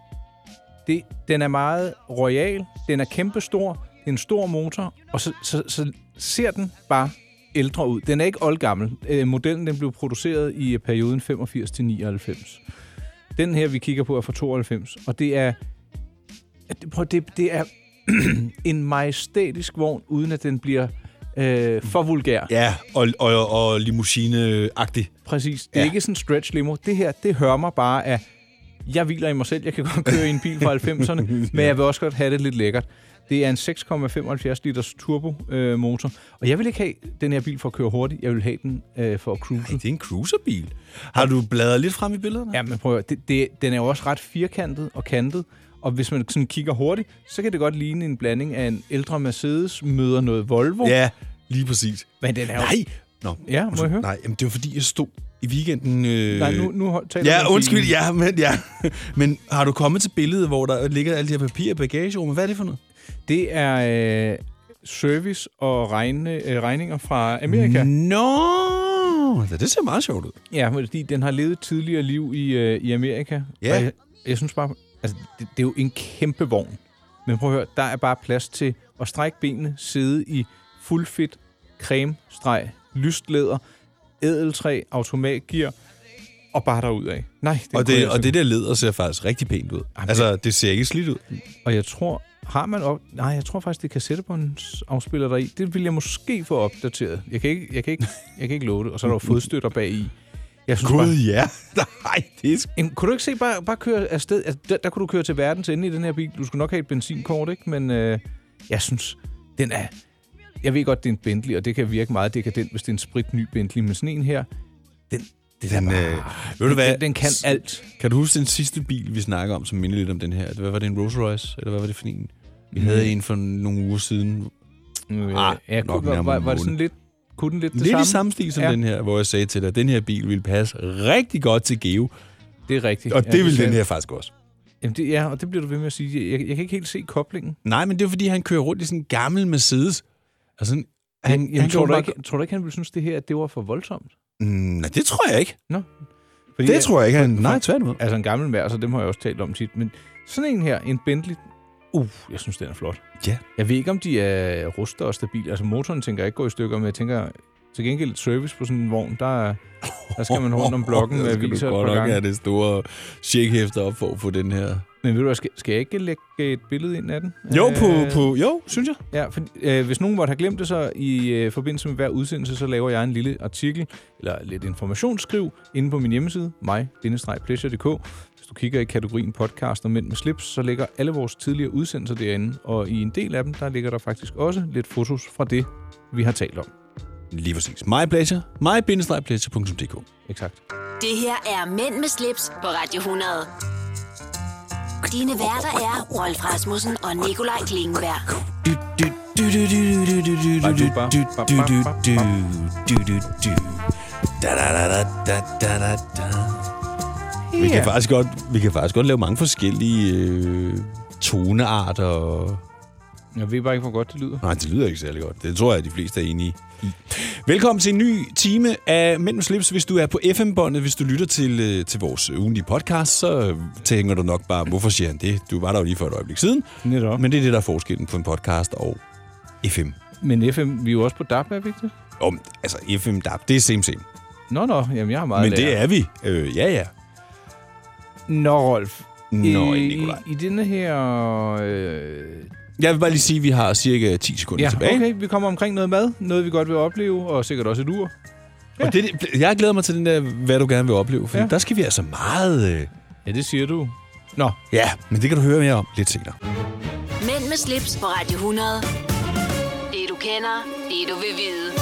[SPEAKER 3] det, den er meget royal, den er kæmpestor, det er en stor motor, og så, så, så ser den bare ældre ud. Den er ikke oldgammel. Øh, modellen den blev produceret i øh, perioden 85 til 99. Den her, vi kigger på, er fra 92, og det er... at det- Prøv, at- det, det er en majestætisk vogn, uden at den bliver øh, for vulgær.
[SPEAKER 2] Ja, og, og, og limousine-agtig.
[SPEAKER 3] Præcis. Det er
[SPEAKER 2] Ja.
[SPEAKER 3] ja. ikke sådan en stretch limo. Det her, det hører mig bare af, jeg hviler i mig selv, jeg kan godt køre i en bil fra 90'erne, men jeg vil også godt have det lidt lækkert. Det er en 6,75 liters turbomotor, øh, motor. og jeg vil ikke have den her bil for at køre hurtigt, jeg vil have den øh, for at cruise.
[SPEAKER 2] Det er en cruiserbil. Har du bladret lidt frem i billederne?
[SPEAKER 3] Ja, men prøv at høre, det, det, den er jo også ret firkantet og kantet, og hvis man sådan kigger hurtigt, så kan det godt ligne en blanding af en ældre Mercedes møder noget Volvo.
[SPEAKER 2] ja lige præcis.
[SPEAKER 3] Men den er jo...
[SPEAKER 2] Nej! Nå,
[SPEAKER 3] Ja, må jeg høre?
[SPEAKER 2] Nej, jamen, det var fordi, jeg stod i weekenden... Øh...
[SPEAKER 3] Nej, nu, nu hold- taler du
[SPEAKER 2] Ja,
[SPEAKER 3] om
[SPEAKER 2] undskyld,
[SPEAKER 3] bilen.
[SPEAKER 2] ja, men, ja. men har du kommet til billedet, hvor der ligger alle de her papirer i bagagerummet? Hvad er det for noget?
[SPEAKER 3] Det er øh, service og regne, øh, regninger fra Amerika. Mm.
[SPEAKER 2] Nå! No! Det ser meget sjovt ud.
[SPEAKER 3] Ja, fordi den har levet et tidligere liv i, øh, i Amerika.
[SPEAKER 2] Ja.
[SPEAKER 3] Og jeg, jeg synes bare, altså, det, det er jo en kæmpe vogn. Men prøv at høre, der er bare plads til at strække benene, sidde i fuldfedt creme streg lyst læder, ædeltræ, automatgear og bare derudad. Nej, den
[SPEAKER 2] Og
[SPEAKER 3] kunne jeg
[SPEAKER 2] det, og
[SPEAKER 3] simpelthen-
[SPEAKER 2] det der leder ser faktisk rigtig pænt ud.
[SPEAKER 3] Jamen,
[SPEAKER 2] altså, det ser ikke slidt ud.
[SPEAKER 3] Og jeg tror, har man op... Nej, jeg tror faktisk, det er kassettebåndsafspiller deri. Det vil jeg måske få opdateret. Jeg kan ikke, jeg kan ikke, jeg kan ikke love det. Og så er der jo fodstøtter bag i. Jeg synes bare,
[SPEAKER 2] ja. Nej, det er... sk-
[SPEAKER 3] Jamen, kunne du ikke se, bare, bare køre afsted? Altså, der, der, kunne du køre til verdens ende i den her bil. Du skulle nok have et benzinkort, ikke? Men øh, jeg synes, den er... Jeg ved godt, det er en Bentley, og det kan virke meget dekadent, hvis det er en spritny Bentley. Men sådan en her, den, det er
[SPEAKER 2] Den,
[SPEAKER 3] bare,
[SPEAKER 2] øh, ved du hvad?
[SPEAKER 3] den, den kan
[SPEAKER 2] S-
[SPEAKER 3] alt.
[SPEAKER 2] Kan du huske den sidste bil, vi snakkede om, som mindede lidt om den her? Hvad var det, en Rolls Royce? Eller hvad var det for en? Vi mm. havde en for nogle uger siden.
[SPEAKER 3] Øh,
[SPEAKER 2] Ah,
[SPEAKER 3] ja,
[SPEAKER 2] nok
[SPEAKER 3] kunne, var,
[SPEAKER 2] nærmere
[SPEAKER 3] var, var det
[SPEAKER 2] månen.
[SPEAKER 3] sådan lidt... Kunne den lidt det
[SPEAKER 2] Lidt
[SPEAKER 3] samme?
[SPEAKER 2] i samme stil som ja.
[SPEAKER 3] Ja.
[SPEAKER 2] den her, hvor jeg sagde til dig, at den her bil ville passe rigtig godt til Geo.
[SPEAKER 3] Det er rigtigt.
[SPEAKER 2] Og ja, det ville
[SPEAKER 3] sagde-
[SPEAKER 2] den her faktisk også.
[SPEAKER 3] Jamen det, ja, og det bliver du ved med at sige. Jeg, jeg kan ikke helt se koblingen.
[SPEAKER 2] Nej, men det er fordi, han kører rundt i sådan en gammel Mercedes. Og sådan, han,
[SPEAKER 3] Han, jeg tror, du
[SPEAKER 2] bare-
[SPEAKER 3] ikke, tror du ikke, han ville synes det her, at det var for voldsomt?
[SPEAKER 2] Mm, nej, det tror jeg ikke.
[SPEAKER 3] Fordi
[SPEAKER 2] Det tror jeg ikke, han... Nej,
[SPEAKER 3] for-
[SPEAKER 2] tværtimod.
[SPEAKER 3] Altså en gammel mær, så dem har jeg også talt om tit. Men sådan en her, en Bentley, uh, jeg synes, den er flot.
[SPEAKER 2] Ja.
[SPEAKER 3] Jeg ved ikke, om de er ruster og stabile. Altså motoren tænker jeg ikke gå i stykker, men jeg tænker til gengæld et service på sådan en vogn, der, er- der skal man rundt om blokken med aviser et par gange.
[SPEAKER 2] Ja, det store checkhæfter op for at få den her.
[SPEAKER 3] Men ved du hvad, skal, skal jeg ikke lægge et billede ind af den?
[SPEAKER 2] Jo,
[SPEAKER 3] Øh,
[SPEAKER 2] på, på, jo synes jeg.
[SPEAKER 3] Ja, for, øh, hvis nogen måtte have glemt det, så i øh, forbindelse med hver udsendelse, så laver jeg en lille artikel, eller lidt informationsskriv, inde på min hjemmeside, mig pleasuredk Hvis du kigger i kategorien podcast og mænd med slips, så ligger alle vores tidligere udsendelser derinde, og i en del af dem, der ligger der faktisk også lidt fotos fra det, vi har talt om.
[SPEAKER 2] Lige præcis. My pleasure. my-pleasure.dk
[SPEAKER 3] Exakt.
[SPEAKER 1] Det her er Mænd med slips på Radio 100. Dine værter er Rolf Rasmussen og Nikolaj Klingenberg.
[SPEAKER 2] Du, du, Vi kan faktisk godt, vi kan faktisk godt lave mange forskellige øh, tonearter. Og...
[SPEAKER 3] Jeg ved bare ikke, hvor godt det lyder.
[SPEAKER 2] Nej, det lyder ikke særlig godt. Det tror jeg, at de fleste er enige i. Velkommen til en ny time af Mænd med slips. Hvis du er på FM-båndet, hvis du lytter til, øh, til vores ugenlige podcast, så øh, tænker du nok bare, hvorfor siger han det? Du var der jo lige for et øjeblik siden.
[SPEAKER 3] Netop.
[SPEAKER 2] Men det er det, der er forskellen på en podcast og FM.
[SPEAKER 3] Men FM, vi er jo også på DAB, er vi ikke det?
[SPEAKER 2] Om, altså FM, der, det er same same.
[SPEAKER 3] Nå, nå, jamen jeg har meget
[SPEAKER 2] Men
[SPEAKER 3] at lære.
[SPEAKER 2] det er vi. Øh, ja, Øh, ja.
[SPEAKER 3] Nå, Rolf.
[SPEAKER 2] Nå,
[SPEAKER 3] I,
[SPEAKER 2] Nikolaj.
[SPEAKER 3] I denne her... Øh...
[SPEAKER 2] Jeg vil bare lige sige, at vi har cirka 10 sekunder
[SPEAKER 3] Ja,
[SPEAKER 2] tilbage.
[SPEAKER 3] okay, vi kommer omkring noget mad. Noget, vi godt vil opleve, og sikkert også et ur.
[SPEAKER 2] Og det, er det- jeg glæder mig til den der, hvad du gerne vil opleve, for ja.
[SPEAKER 3] Ja.
[SPEAKER 2] der skal vi altså meget... Øh...
[SPEAKER 3] Ja, det siger du. Nå,
[SPEAKER 2] Ja, men det kan du høre mere om lidt senere.
[SPEAKER 1] Mænd med slips på Radio 100. Det du kender, det du vil vide.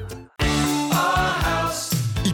[SPEAKER 4] I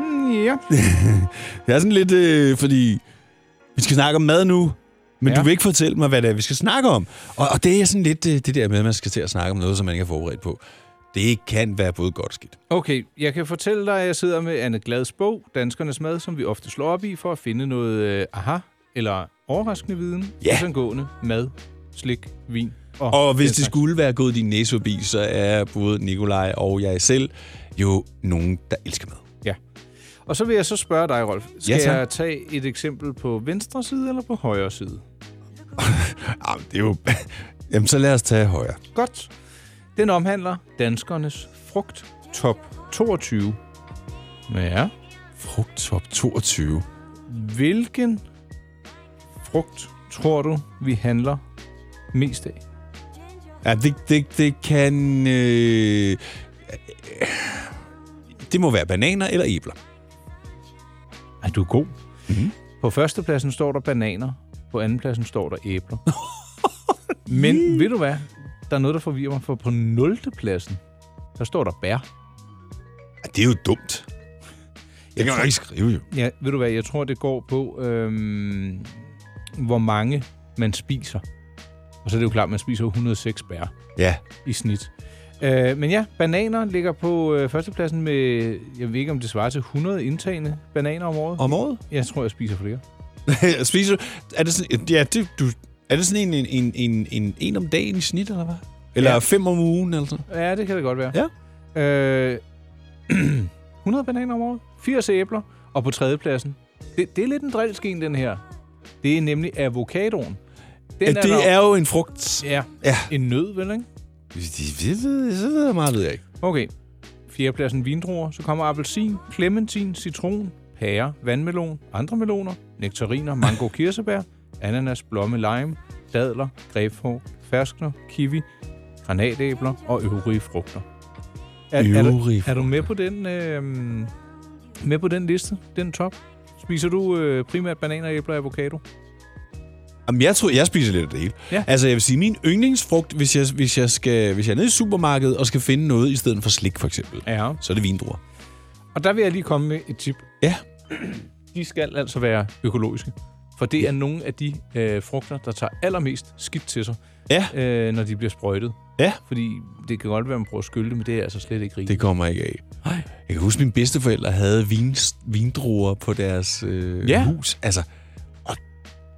[SPEAKER 3] Mm, ja.
[SPEAKER 2] Jeg er sådan lidt, øh, fordi vi skal snakke om mad nu, men ja.
[SPEAKER 3] Ja.
[SPEAKER 2] du vil ikke fortælle mig, hvad det er, vi skal snakke om. Og, og det er sådan lidt øh, det der med, at man skal til at snakke om noget, som man ikke er forberedt på. Det kan være både godt og skidt.
[SPEAKER 3] Okay, jeg kan fortælle dig, at jeg sidder med Anne Glads bog, Danskernes Mad, som vi ofte slår op i for at finde noget øh, aha, eller overraskende viden,
[SPEAKER 2] Ja.
[SPEAKER 3] angående mad, slik, vin og...
[SPEAKER 2] Og hvis
[SPEAKER 3] den
[SPEAKER 2] det
[SPEAKER 3] slags.
[SPEAKER 2] skulle være gået din næse forbi, så er både Nikolaj og jeg selv jo nogen, der elsker mad.
[SPEAKER 3] Og så vil jeg så spørge dig, Rolf. Skal
[SPEAKER 2] tak.
[SPEAKER 3] jeg tage et eksempel på venstre side eller på højre side?
[SPEAKER 2] Jamen, det er jo... Jamen, så lad os tage højre.
[SPEAKER 3] Godt. Den omhandler danskernes frugt top 22. Ja.
[SPEAKER 2] Frugt top 22.
[SPEAKER 3] Hvilken frugt tror du, vi handler mest af?
[SPEAKER 2] Ja, det, det, det kan... Øh, det må være bananer eller æbler.
[SPEAKER 3] Er du god? Mm-hmm. På førstepladsen står der bananer, på andenpladsen står der æbler. Men ved du hvad? Der er noget, der forvirrer mig, for på 0. pladsen, der står der bær.
[SPEAKER 2] Ja, det er jo dumt. Det kan man jo ikke skrive, jo.
[SPEAKER 3] Ja, ved du hvad? Jeg tror, det går på, øhm, hvor mange man spiser. Og så er det jo klart, man spiser jo 106 bær
[SPEAKER 2] Ja.
[SPEAKER 3] i snit. Øh, men ja, bananer ligger på øh, førstepladsen med, jeg ved ikke, om det svarer til 100 indtagende bananer om året.
[SPEAKER 2] Om året?
[SPEAKER 3] Jeg tror, jeg spiser flere.
[SPEAKER 2] Spiser du... Er det sådan, ja, det, du, er det sådan en, en, en, en, en om dagen i snit, eller hvad? Eller ja.
[SPEAKER 3] Ja.
[SPEAKER 2] fem om ugen, eller sådan
[SPEAKER 3] Ja, det kan det godt være. Ja. Øh, 100 bananer om året, 80 æbler, og på tredjepladsen. Det, det er lidt en drilsken, den her. Det er nemlig avocadoen. Den
[SPEAKER 2] ja, Det er jo en frugt.
[SPEAKER 3] Ja,
[SPEAKER 2] Ja.
[SPEAKER 3] en nød, vel ikke?
[SPEAKER 2] Det ved jeg meget, ved jeg ikke.
[SPEAKER 3] Okay. Fjerdepladsen vindruer, så kommer appelsin, clementin, citron, pære, vandmelon, andre meloner, nektariner, mango, kirsebær, ananas, blomme, lime, dadler, grebfrugt, ferskner, kiwi, granatæbler og øvrige frugter. Er, er,
[SPEAKER 2] Øvrige
[SPEAKER 3] du, er du med på den øh, med på den liste, den top? Spiser du øh, primært bananer, æbler og avocado?
[SPEAKER 2] Jamen, jeg tror, jeg spiser lidt af det hele.
[SPEAKER 3] Ja.
[SPEAKER 2] Altså, jeg vil sige, min yndlingsfrugt, hvis jeg, hvis, jeg skal, hvis jeg er nede i supermarkedet og skal finde noget i stedet for slik, for eksempel,
[SPEAKER 3] Ja.
[SPEAKER 2] så er det vindruer.
[SPEAKER 3] Og der vil jeg lige komme med et tip.
[SPEAKER 2] Ja.
[SPEAKER 3] De skal altså være økologiske. For det er nogle af de øh, frugter, der tager allermest skidt til sig,
[SPEAKER 2] ja.
[SPEAKER 3] øh, når de bliver sprøjtet.
[SPEAKER 2] Ja.
[SPEAKER 3] Fordi det kan godt være, man prøver at skylde det, men det er altså slet ikke rigtigt.
[SPEAKER 2] Det kommer ikke af. Jeg kan huske, at mine bedsteforældre havde vin, vindruer på deres øh,
[SPEAKER 3] Ja.
[SPEAKER 2] ja. hus. Altså, og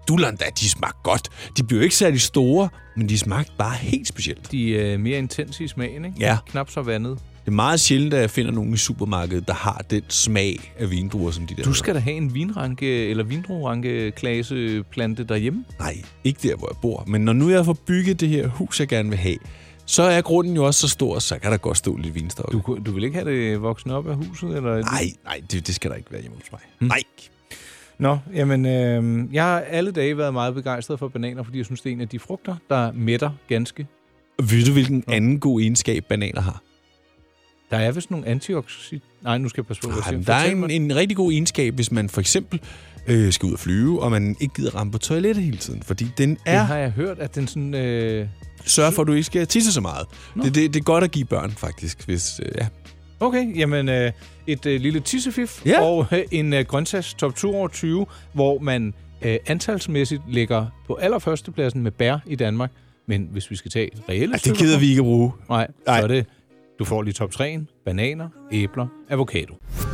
[SPEAKER 2] dullerne da, de smagte godt. De blev ikke særlig store, men de smagte bare helt specielt.
[SPEAKER 3] De er øh, mere intense i smagen, ikke?
[SPEAKER 2] Ja.
[SPEAKER 3] Knap så vandet.
[SPEAKER 2] Det er meget sjældent, at jeg finder nogen i supermarkedet, der har den smag af vindruer, som de der
[SPEAKER 3] Du
[SPEAKER 2] har.
[SPEAKER 3] skal da have en vinranke eller vindrueranke plante derhjemme.
[SPEAKER 2] Nej, ikke der, hvor jeg bor. Men når nu jeg får bygget det her hus, jeg gerne vil have, så er grunden jo også så stor, så kan der godt stå lidt vinstok.
[SPEAKER 3] Du, kunne- du vil ikke have det voksen op af huset? Eller
[SPEAKER 2] Nej, nej, det, det skal der ikke være hjemme hos mig. Mm. Nej.
[SPEAKER 3] Nå, jamen, øh, jeg har alle dage været meget begejstret for bananer, fordi jeg synes, det er en af de frugter, der mætter ganske.
[SPEAKER 2] Ved du, hvilken anden god egenskab bananer har?
[SPEAKER 3] Der er vist nogle antioxid... Nej, nu skal jeg passe på, hvad jeg
[SPEAKER 2] Ej,
[SPEAKER 3] siger.
[SPEAKER 2] men der er
[SPEAKER 3] Fortæl
[SPEAKER 2] en,
[SPEAKER 3] mig.
[SPEAKER 2] en rigtig god egenskab, hvis man for eksempel øh, skal ud og flyve, og man ikke gider ramme på toilettet hele tiden, fordi den
[SPEAKER 3] Det har
[SPEAKER 2] er...
[SPEAKER 3] jeg hørt, at den sådan... Øh...
[SPEAKER 2] Sørg for, at du ikke skal tisse så meget. Det, det, det er godt at give børn, faktisk, hvis... Øh, ja.
[SPEAKER 3] Okay, jamen, øh, et øh, lille tissefif
[SPEAKER 2] Ja.
[SPEAKER 3] og øh, en øh, grøntsags top 2 over 20, hvor man øh, antalsmæssigt ligger på allerførstepladsen med bær i Danmark. Men hvis vi skal tage reelle
[SPEAKER 2] Ej, det
[SPEAKER 3] stykker
[SPEAKER 2] gider
[SPEAKER 3] fra-
[SPEAKER 2] vi ikke at bruge.
[SPEAKER 3] Nej,
[SPEAKER 2] Nej.
[SPEAKER 3] så er det... Du får lige top 3'en. Bananer, æbler, avocado.
[SPEAKER 2] Mm.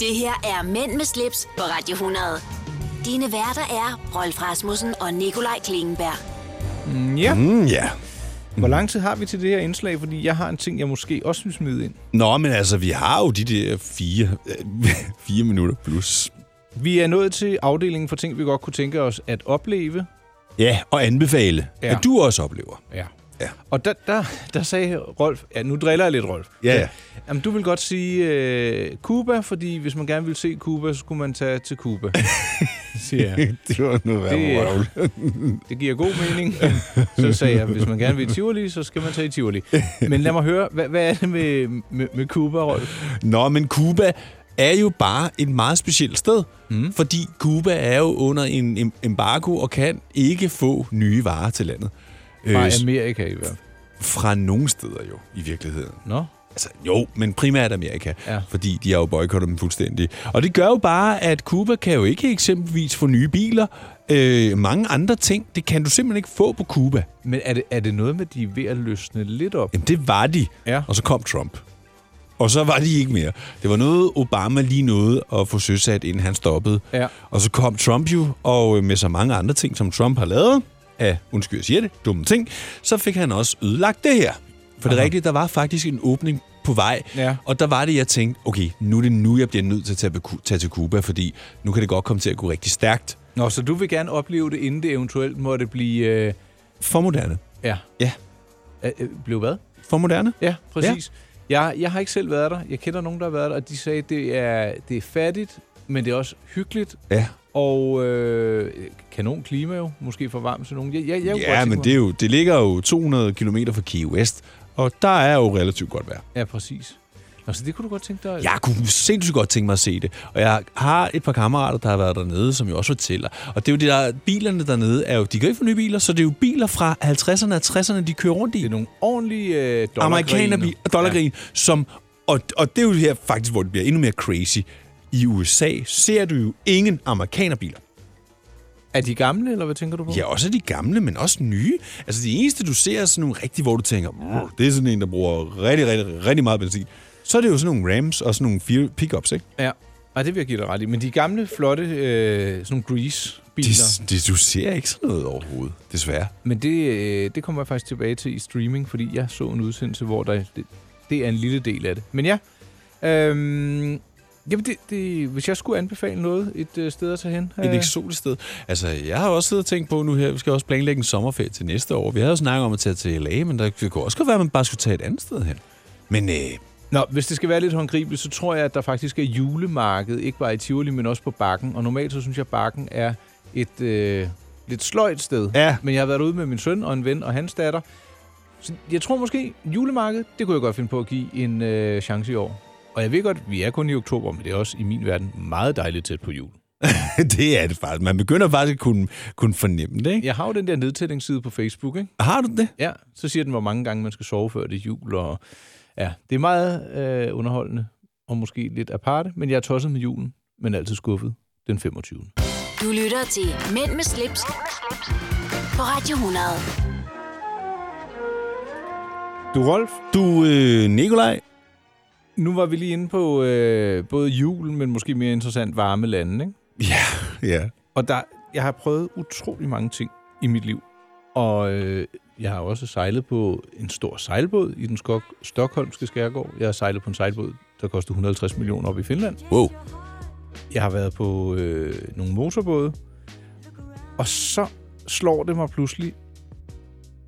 [SPEAKER 1] Det her er Mænd med slips på Radio 100. Dine værter er Rolf Rasmussen og Nikolaj Klingenberg.
[SPEAKER 3] Mm, Ja.
[SPEAKER 2] Mm, ja.
[SPEAKER 3] Hvor lang tid har vi til det her indslag? Fordi jeg har en ting, jeg måske også vil smide ind.
[SPEAKER 2] Nå, men altså, vi har jo de der fire, øh, fire minutter plus.
[SPEAKER 3] Vi er nået til afdelingen for ting, vi godt kunne tænke os at opleve.
[SPEAKER 2] Ja, og anbefale,
[SPEAKER 3] Ja.
[SPEAKER 2] ja. at du også oplever.
[SPEAKER 3] Ja.
[SPEAKER 2] Ja.
[SPEAKER 3] Og der, der, der sagde Rolf... Ja, nu driller jeg lidt, Rolf.
[SPEAKER 2] Ja, ja.
[SPEAKER 3] Jamen, du vil godt sige øh, Cuba, fordi hvis man gerne vil se Cuba, så skulle man tage til Cuba. Siger jeg.
[SPEAKER 2] det var noget
[SPEAKER 3] Det-
[SPEAKER 2] værre røvl.
[SPEAKER 3] Det giver god mening. Så sagde jeg, hvis man gerne vil i Tivoli, så skal man tage i Tivoli. Men lad mig høre, hvad, hvad er det med, med, med Cuba, Rolf?
[SPEAKER 2] Nå, men Cuba er jo bare et meget specielt sted, mm. fordi Cuba er jo under en em- embargo og kan ikke få nye varer til landet.
[SPEAKER 3] Fra
[SPEAKER 2] Øh, s-
[SPEAKER 3] Amerika i hvert fald.
[SPEAKER 2] fra nogle steder jo, i virkeligheden.
[SPEAKER 3] Nå?
[SPEAKER 2] Altså, jo, men primært Amerika,
[SPEAKER 3] Ja.
[SPEAKER 2] ja. fordi de har jo boykottet dem fuldstændig. Og det gør jo bare, at Cuba kan jo ikke eksempelvis få nye biler. Øh, mange andre ting, det kan du simpelthen ikke få på Cuba.
[SPEAKER 3] Men er det, er det noget med, de er ved at løsne lidt op?
[SPEAKER 2] Jamen, det var de.
[SPEAKER 3] Ja.
[SPEAKER 2] Og så kom Trump. Og så var de ikke mere. Det var noget, Obama lige nåede at få søsat, inden han stoppede.
[SPEAKER 3] Ja.
[SPEAKER 2] Og så kom Trump jo, og øh, med så mange andre ting, som Trump har lavet, af, undskyld, jeg siger det, dumme ting, så fik han også ødelagt det her. For det er rigtigt, der var faktisk en åbning på vej,
[SPEAKER 3] Ja.
[SPEAKER 2] og der var det, jeg tænkte, okay, nu er det nu, jeg bliver nødt til at tage, på Ku- tage til Cuba, fordi nu kan det godt komme til at gå rigtig stærkt
[SPEAKER 3] Nå, så du vil gerne opleve det, inden det eventuelt måtte blive... Øh,
[SPEAKER 2] for moderne.
[SPEAKER 3] ja.
[SPEAKER 2] Ja.
[SPEAKER 3] Øh, øh, blev hvad?
[SPEAKER 2] For moderne?
[SPEAKER 3] Ja, præcis. Ja. Jeg, jeg har ikke selv været der. Jeg kender nogen, der har været der, og de sagde, at det er, det er fattigt, men det er også hyggeligt.
[SPEAKER 2] Ja.
[SPEAKER 3] Og øh, kanon klima jo. Måske for varmt til nogen. Jeg, jeg, jeg kunne godt
[SPEAKER 2] Ja,
[SPEAKER 3] tænke
[SPEAKER 2] men
[SPEAKER 3] mig-
[SPEAKER 2] det, er jo, det ligger jo 200 km fra Key West, og der er jo relativt godt vejr.
[SPEAKER 3] Ja, præcis. Nå, så det kunne du godt tænke dig...
[SPEAKER 2] Jeg kunne sindssygt godt tænke mig at se det. Og jeg har et par kammerater, der har været dernede, som jo også fortæller. Og det er jo det der, bilerne dernede er jo, de kan jo ikke få nye biler, så det er jo biler fra 50'erne og 60'erne, de kører rundt i.
[SPEAKER 3] Det er nogle ordentlige øh, dollargriner.
[SPEAKER 2] Amerikaner dollargrin, ja. som, og, og det er jo her faktisk, hvor det bliver endnu mere crazy. I USA ser du jo ingen amerikanerbiler.
[SPEAKER 3] Ja. Er de gamle, eller hvad tænker du på?
[SPEAKER 2] Ja, også de gamle, men også nye. Altså, de eneste, du ser, er sådan nogle rigtige, hvor du tænker, "Brr, det er sådan en, der bruger rigtig, rigtig, rigtig meget benzin. Så er det jo sådan nogle Rams og sådan nogle fire pickups, ikke?
[SPEAKER 3] Ja. Ej, det vil jeg give dig ret i. Men de gamle, flotte, øh, sådan nogle grease-biler...
[SPEAKER 2] Det, det, du ser ikke sådan noget overhovedet, desværre.
[SPEAKER 3] Men det, øh, det kommer jeg faktisk tilbage til i streaming, fordi jeg så en udsendelse, hvor der, det, det er en lille del af det. Men ja, øhm, jamen det, det, hvis jeg skulle anbefale noget et øh, sted at tage hen...
[SPEAKER 2] Et eksotisk sted. Altså, jeg har også siddet og tænkt på nu her, vi skal også planlægge en sommerferie til næste år. Vi havde jo snakket om at tage til LA, men der det kunne også godt være, at man bare skulle tage et andet sted hen. Men øh,
[SPEAKER 3] Nå, hvis det skal være lidt håndgribeligt, så tror jeg, at der faktisk er julemarked, ikke bare i Tivoli, men også på Bakken. Og normalt så synes jeg, at Bakken er et øh, lidt sløjt sted.
[SPEAKER 2] Ja.
[SPEAKER 3] Men jeg har været ude med min søn og en ven og hans datter. Så jeg tror måske, julemarked, det kunne jeg godt finde på at give en øh, chance i år. Og jeg ved godt, vi er kun i oktober, men det er også i min verden meget dejligt tæt på jul.
[SPEAKER 2] det er det faktisk. Man begynder faktisk at kunne, kunne fornemme det, ikke?
[SPEAKER 3] Jeg har jo den der nedtællingsside på Facebook, ikke?
[SPEAKER 2] Har du det?
[SPEAKER 3] Ja, så siger den, hvor mange gange man skal sove før det er jul. Og ja, det er meget øh, underholdende og måske lidt aparte, men jeg er tosset med julen, men altid skuffet den 25.
[SPEAKER 1] Du lytter til Mænd med slips, på Radio 100.
[SPEAKER 3] Du er Rolf.
[SPEAKER 2] Du er øh, Nikolaj.
[SPEAKER 3] Nu var vi lige inde på øh, både jul, men måske mere interessant varme lande, ikke?
[SPEAKER 2] Ja. ja.
[SPEAKER 3] Og der, jeg har prøvet utrolig mange ting i mit liv. Og øh, jeg har også sejlet på en stor sejlbåd i den skok- stokholmske skærgård. Jeg har sejlet på en sejlbåd, der koster 150 millioner op i Finland.
[SPEAKER 2] Wow.
[SPEAKER 3] Jeg har været på øh, nogle motorbåde. Og så slår det mig pludselig,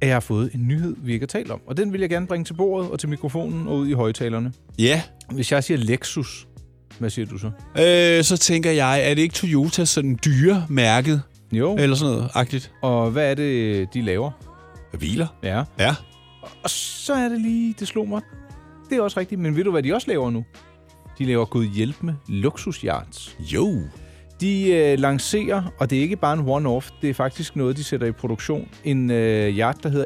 [SPEAKER 3] at jeg har fået en nyhed, vi ikke har talt om. Og den vil jeg gerne bringe til bordet og til mikrofonen og ud i højtalerne.
[SPEAKER 2] Ja.
[SPEAKER 3] Hvis jeg siger Lexus, hvad siger du så?
[SPEAKER 2] Øh, så tænker jeg, er det ikke Toyota sådan dyre mærket?
[SPEAKER 3] Jo.
[SPEAKER 2] Eller sådan noget, agtigt.
[SPEAKER 3] Og hvad er det, de laver?
[SPEAKER 2] Biler.
[SPEAKER 3] Ja.
[SPEAKER 2] Ja.
[SPEAKER 3] Og så er det lige, det slog mig. Det er også rigtigt, men ved du, hvad de også laver nu? De laver god hjælp med luksusjarts.
[SPEAKER 2] Jo.
[SPEAKER 3] De øh, lancerer, og det er ikke bare en one-off, det er faktisk noget, de sætter i produktion, en øh, yacht, der hedder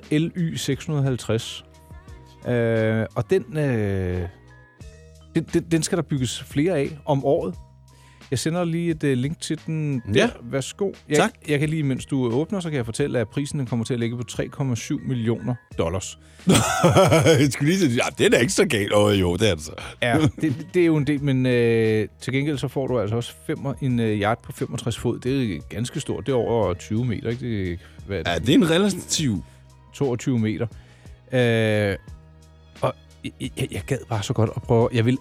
[SPEAKER 3] LY650. Øh, og den, øh, den, den, den skal der bygges flere af om året. Jeg sender lige et øh, link til den. Der.
[SPEAKER 2] Ja.
[SPEAKER 3] Værsgo. Jeg,
[SPEAKER 2] Tak.
[SPEAKER 3] Jeg kan lige, mens du øh, åbner, så kan jeg fortælle, at prisen den kommer til at ligge på 3,7 millioner dollars.
[SPEAKER 2] jeg skulle lige sige, ja, det er da ikke så galt. Åh, oh, jo, det er det så.
[SPEAKER 3] Ja, det, det er jo en del, men øh, til gengæld så får du altså også fem, en øh, yard på 65 fod. Det er ganske stort. Det er over 20 meter, ikke? Det er, hvad er det?
[SPEAKER 2] Ja, det er en relativ...
[SPEAKER 3] 22 meter. Øh, og jeg, jeg, jeg gad bare så godt at prøve. Jeg vil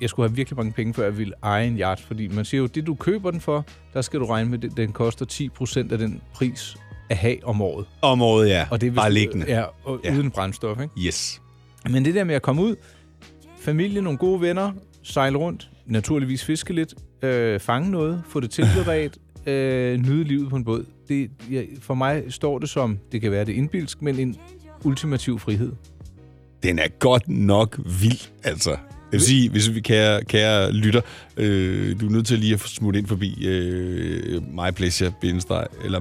[SPEAKER 3] jeg skulle have virkelig mange penge, før jeg ville eje en yacht, fordi man siger jo, det du køber den for, der skal du regne med, det, den koster 10% af den pris at have om året.
[SPEAKER 2] Om året, ja.
[SPEAKER 3] Og det er hvis
[SPEAKER 2] Bare
[SPEAKER 3] du-
[SPEAKER 2] liggende.
[SPEAKER 3] Ja, og
[SPEAKER 2] Ja.
[SPEAKER 3] ja. uden brændstof, ikke?
[SPEAKER 2] Yes.
[SPEAKER 3] Men det der med at komme ud, familie, nogle gode venner, sejle rundt, naturligvis fiske lidt, øh, fange noget, få det tilberedt, øh, nyde livet på en båd. Det, jeg, for mig står det som, det kan være det er indbilsk, men en ultimativ frihed.
[SPEAKER 2] Den er godt nok vild, altså. Jeg vil sige, hvis vi kære, kære lytter, øh, du er nødt til lige at smutte ind forbi øh, mypleasure eller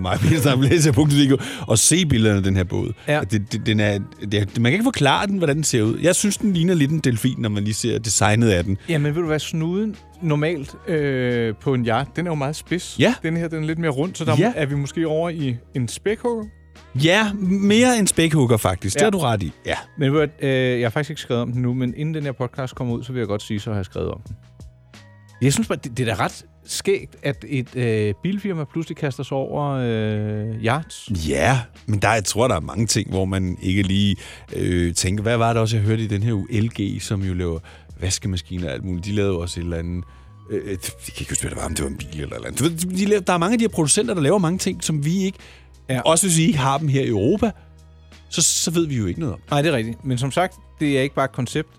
[SPEAKER 2] mypleasure.dk og se billederne af den her båd.
[SPEAKER 3] Ja.
[SPEAKER 2] Det, det, den er, det er, man kan ikke forklare den, hvordan den ser ud. Jeg synes, den ligner lidt en delfin, når man lige ser designet af den.
[SPEAKER 3] Jamen, ved du hvad, snuden normalt øh, på en yacht, den er jo meget spids.
[SPEAKER 2] Ja.
[SPEAKER 3] Den her, den er lidt mere rund, så der
[SPEAKER 2] Ja.
[SPEAKER 3] er vi måske over i en spækhugger.
[SPEAKER 2] Ja, mere en spækhugger faktisk. Ja. Det
[SPEAKER 3] Ja.
[SPEAKER 2] har du ret i. Ja.
[SPEAKER 3] Men ved du, hvad, øh, jeg har faktisk ikke skrevet om den nu, men inden den her podcast kommer ud, så vil jeg godt sige, så har jeg skrevet om den. Jeg synes bare, det, det er da ret skægt, at et øh, bilfirma pludselig kaster sig over øh, yachts.
[SPEAKER 2] Ja, men der, jeg tror, der er mange ting, hvor man ikke lige øh, tænker, hvad var det også, jeg hørte i den her uge? LG, som jo laver vaskemaskiner og alt muligt. De lavede også et eller andet... Øh, øh, jeg kan ikke huske, hvad det var, om det var en bil eller et eller andet. Du ved, De laver, der er mange af de her producenter, der laver mange ting, som vi ikke... Ja. Også hvis vi ikke har dem her i Europa, så, så ved vi jo ikke noget om.
[SPEAKER 3] Nej, det er rigtigt. Men som sagt, det er ikke bare et koncept.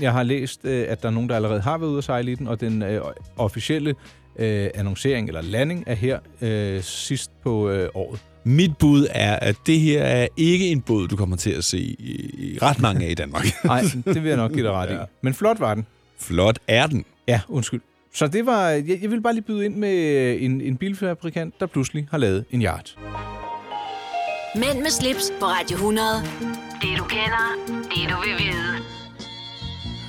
[SPEAKER 3] Jeg har læst, øh, at der er nogen, der allerede har været ude at sejle i den, og den øh, officielle øh, annoncering eller landing er her øh, sidst på øh, året.
[SPEAKER 2] Mit bud er, at det her er ikke en båd, du kommer til at se i, i ret mange af i Danmark.
[SPEAKER 3] Nej, det vil jeg nok give dig ret i. Men flot var den.
[SPEAKER 2] Flot er den.
[SPEAKER 3] Ja, undskyld. Så det var, jeg, jeg vil bare lige byde ind med øh, en, en bilfabrikant, der pludselig har lavet en yard.
[SPEAKER 1] Mænd med slips på Radio 100. Det du kender, det du vil vide.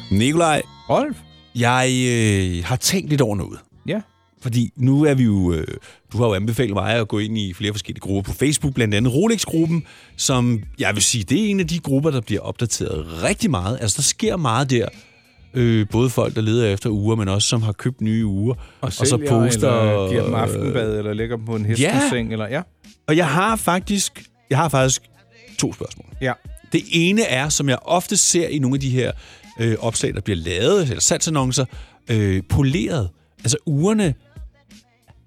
[SPEAKER 2] Nikolaj,
[SPEAKER 3] Rolf?
[SPEAKER 2] jeg øh, har tænkt lidt over noget.
[SPEAKER 3] Ja.
[SPEAKER 2] Fordi nu er vi jo... Øh, du har jo anbefalet mig at gå ind i flere forskellige grupper på Facebook, blandt andet Rolex-gruppen, som jeg vil sige, det er en af de grupper, der bliver opdateret rigtig meget. Altså, der sker meget der. Øh, både folk, der leder efter uger, men også som har købt nye uger.
[SPEAKER 3] sælger, Eller giver dem aftenbad, eller lægger dem på en hesteseng, eller ja.
[SPEAKER 2] Og jeg har faktisk, jeg har faktisk to spørgsmål.
[SPEAKER 3] Ja.
[SPEAKER 2] Det ene er, som jeg ofte ser i nogle af de her øh, opslag, der bliver lavet, eller salgsannoncer, øh, poleret. Altså ugerne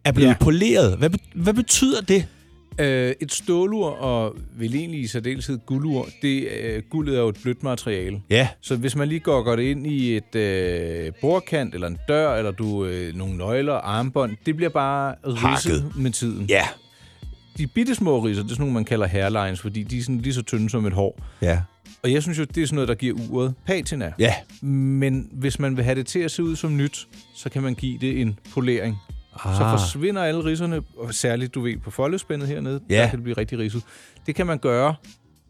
[SPEAKER 2] er blevet
[SPEAKER 3] Ja.
[SPEAKER 2] ja. poleret. Hvad, be- hvad betyder det?
[SPEAKER 3] Øh, et stålur, og vel egentlig i særdeleshed guldur, det, øh, guldet er jo et blødt materiale.
[SPEAKER 2] Ja.
[SPEAKER 3] Så hvis man lige går godt ind i et øh, bordkant, eller en dør, eller du øh, nogle nøgler, armbånd, det bliver bare ridset
[SPEAKER 2] Hakket.
[SPEAKER 3] med tiden.
[SPEAKER 2] Ja.
[SPEAKER 3] De bittesmå ridser, det er sådan nogle, man kalder hairlines, fordi de er sådan lige så tynde som et hår.
[SPEAKER 2] Ja.
[SPEAKER 3] Og jeg synes jo, det er sådan noget, der giver uret patina.
[SPEAKER 2] Ja.
[SPEAKER 3] Men hvis man vil have det til at se ud som nyt, så kan man give det en polering. Ah. Så
[SPEAKER 2] Ah.
[SPEAKER 3] forsvinder alle ridserne, og særligt, du ved, på foldespændet hernede,
[SPEAKER 2] Ja.
[SPEAKER 3] der kan det blive rigtig ridset. Det kan man gøre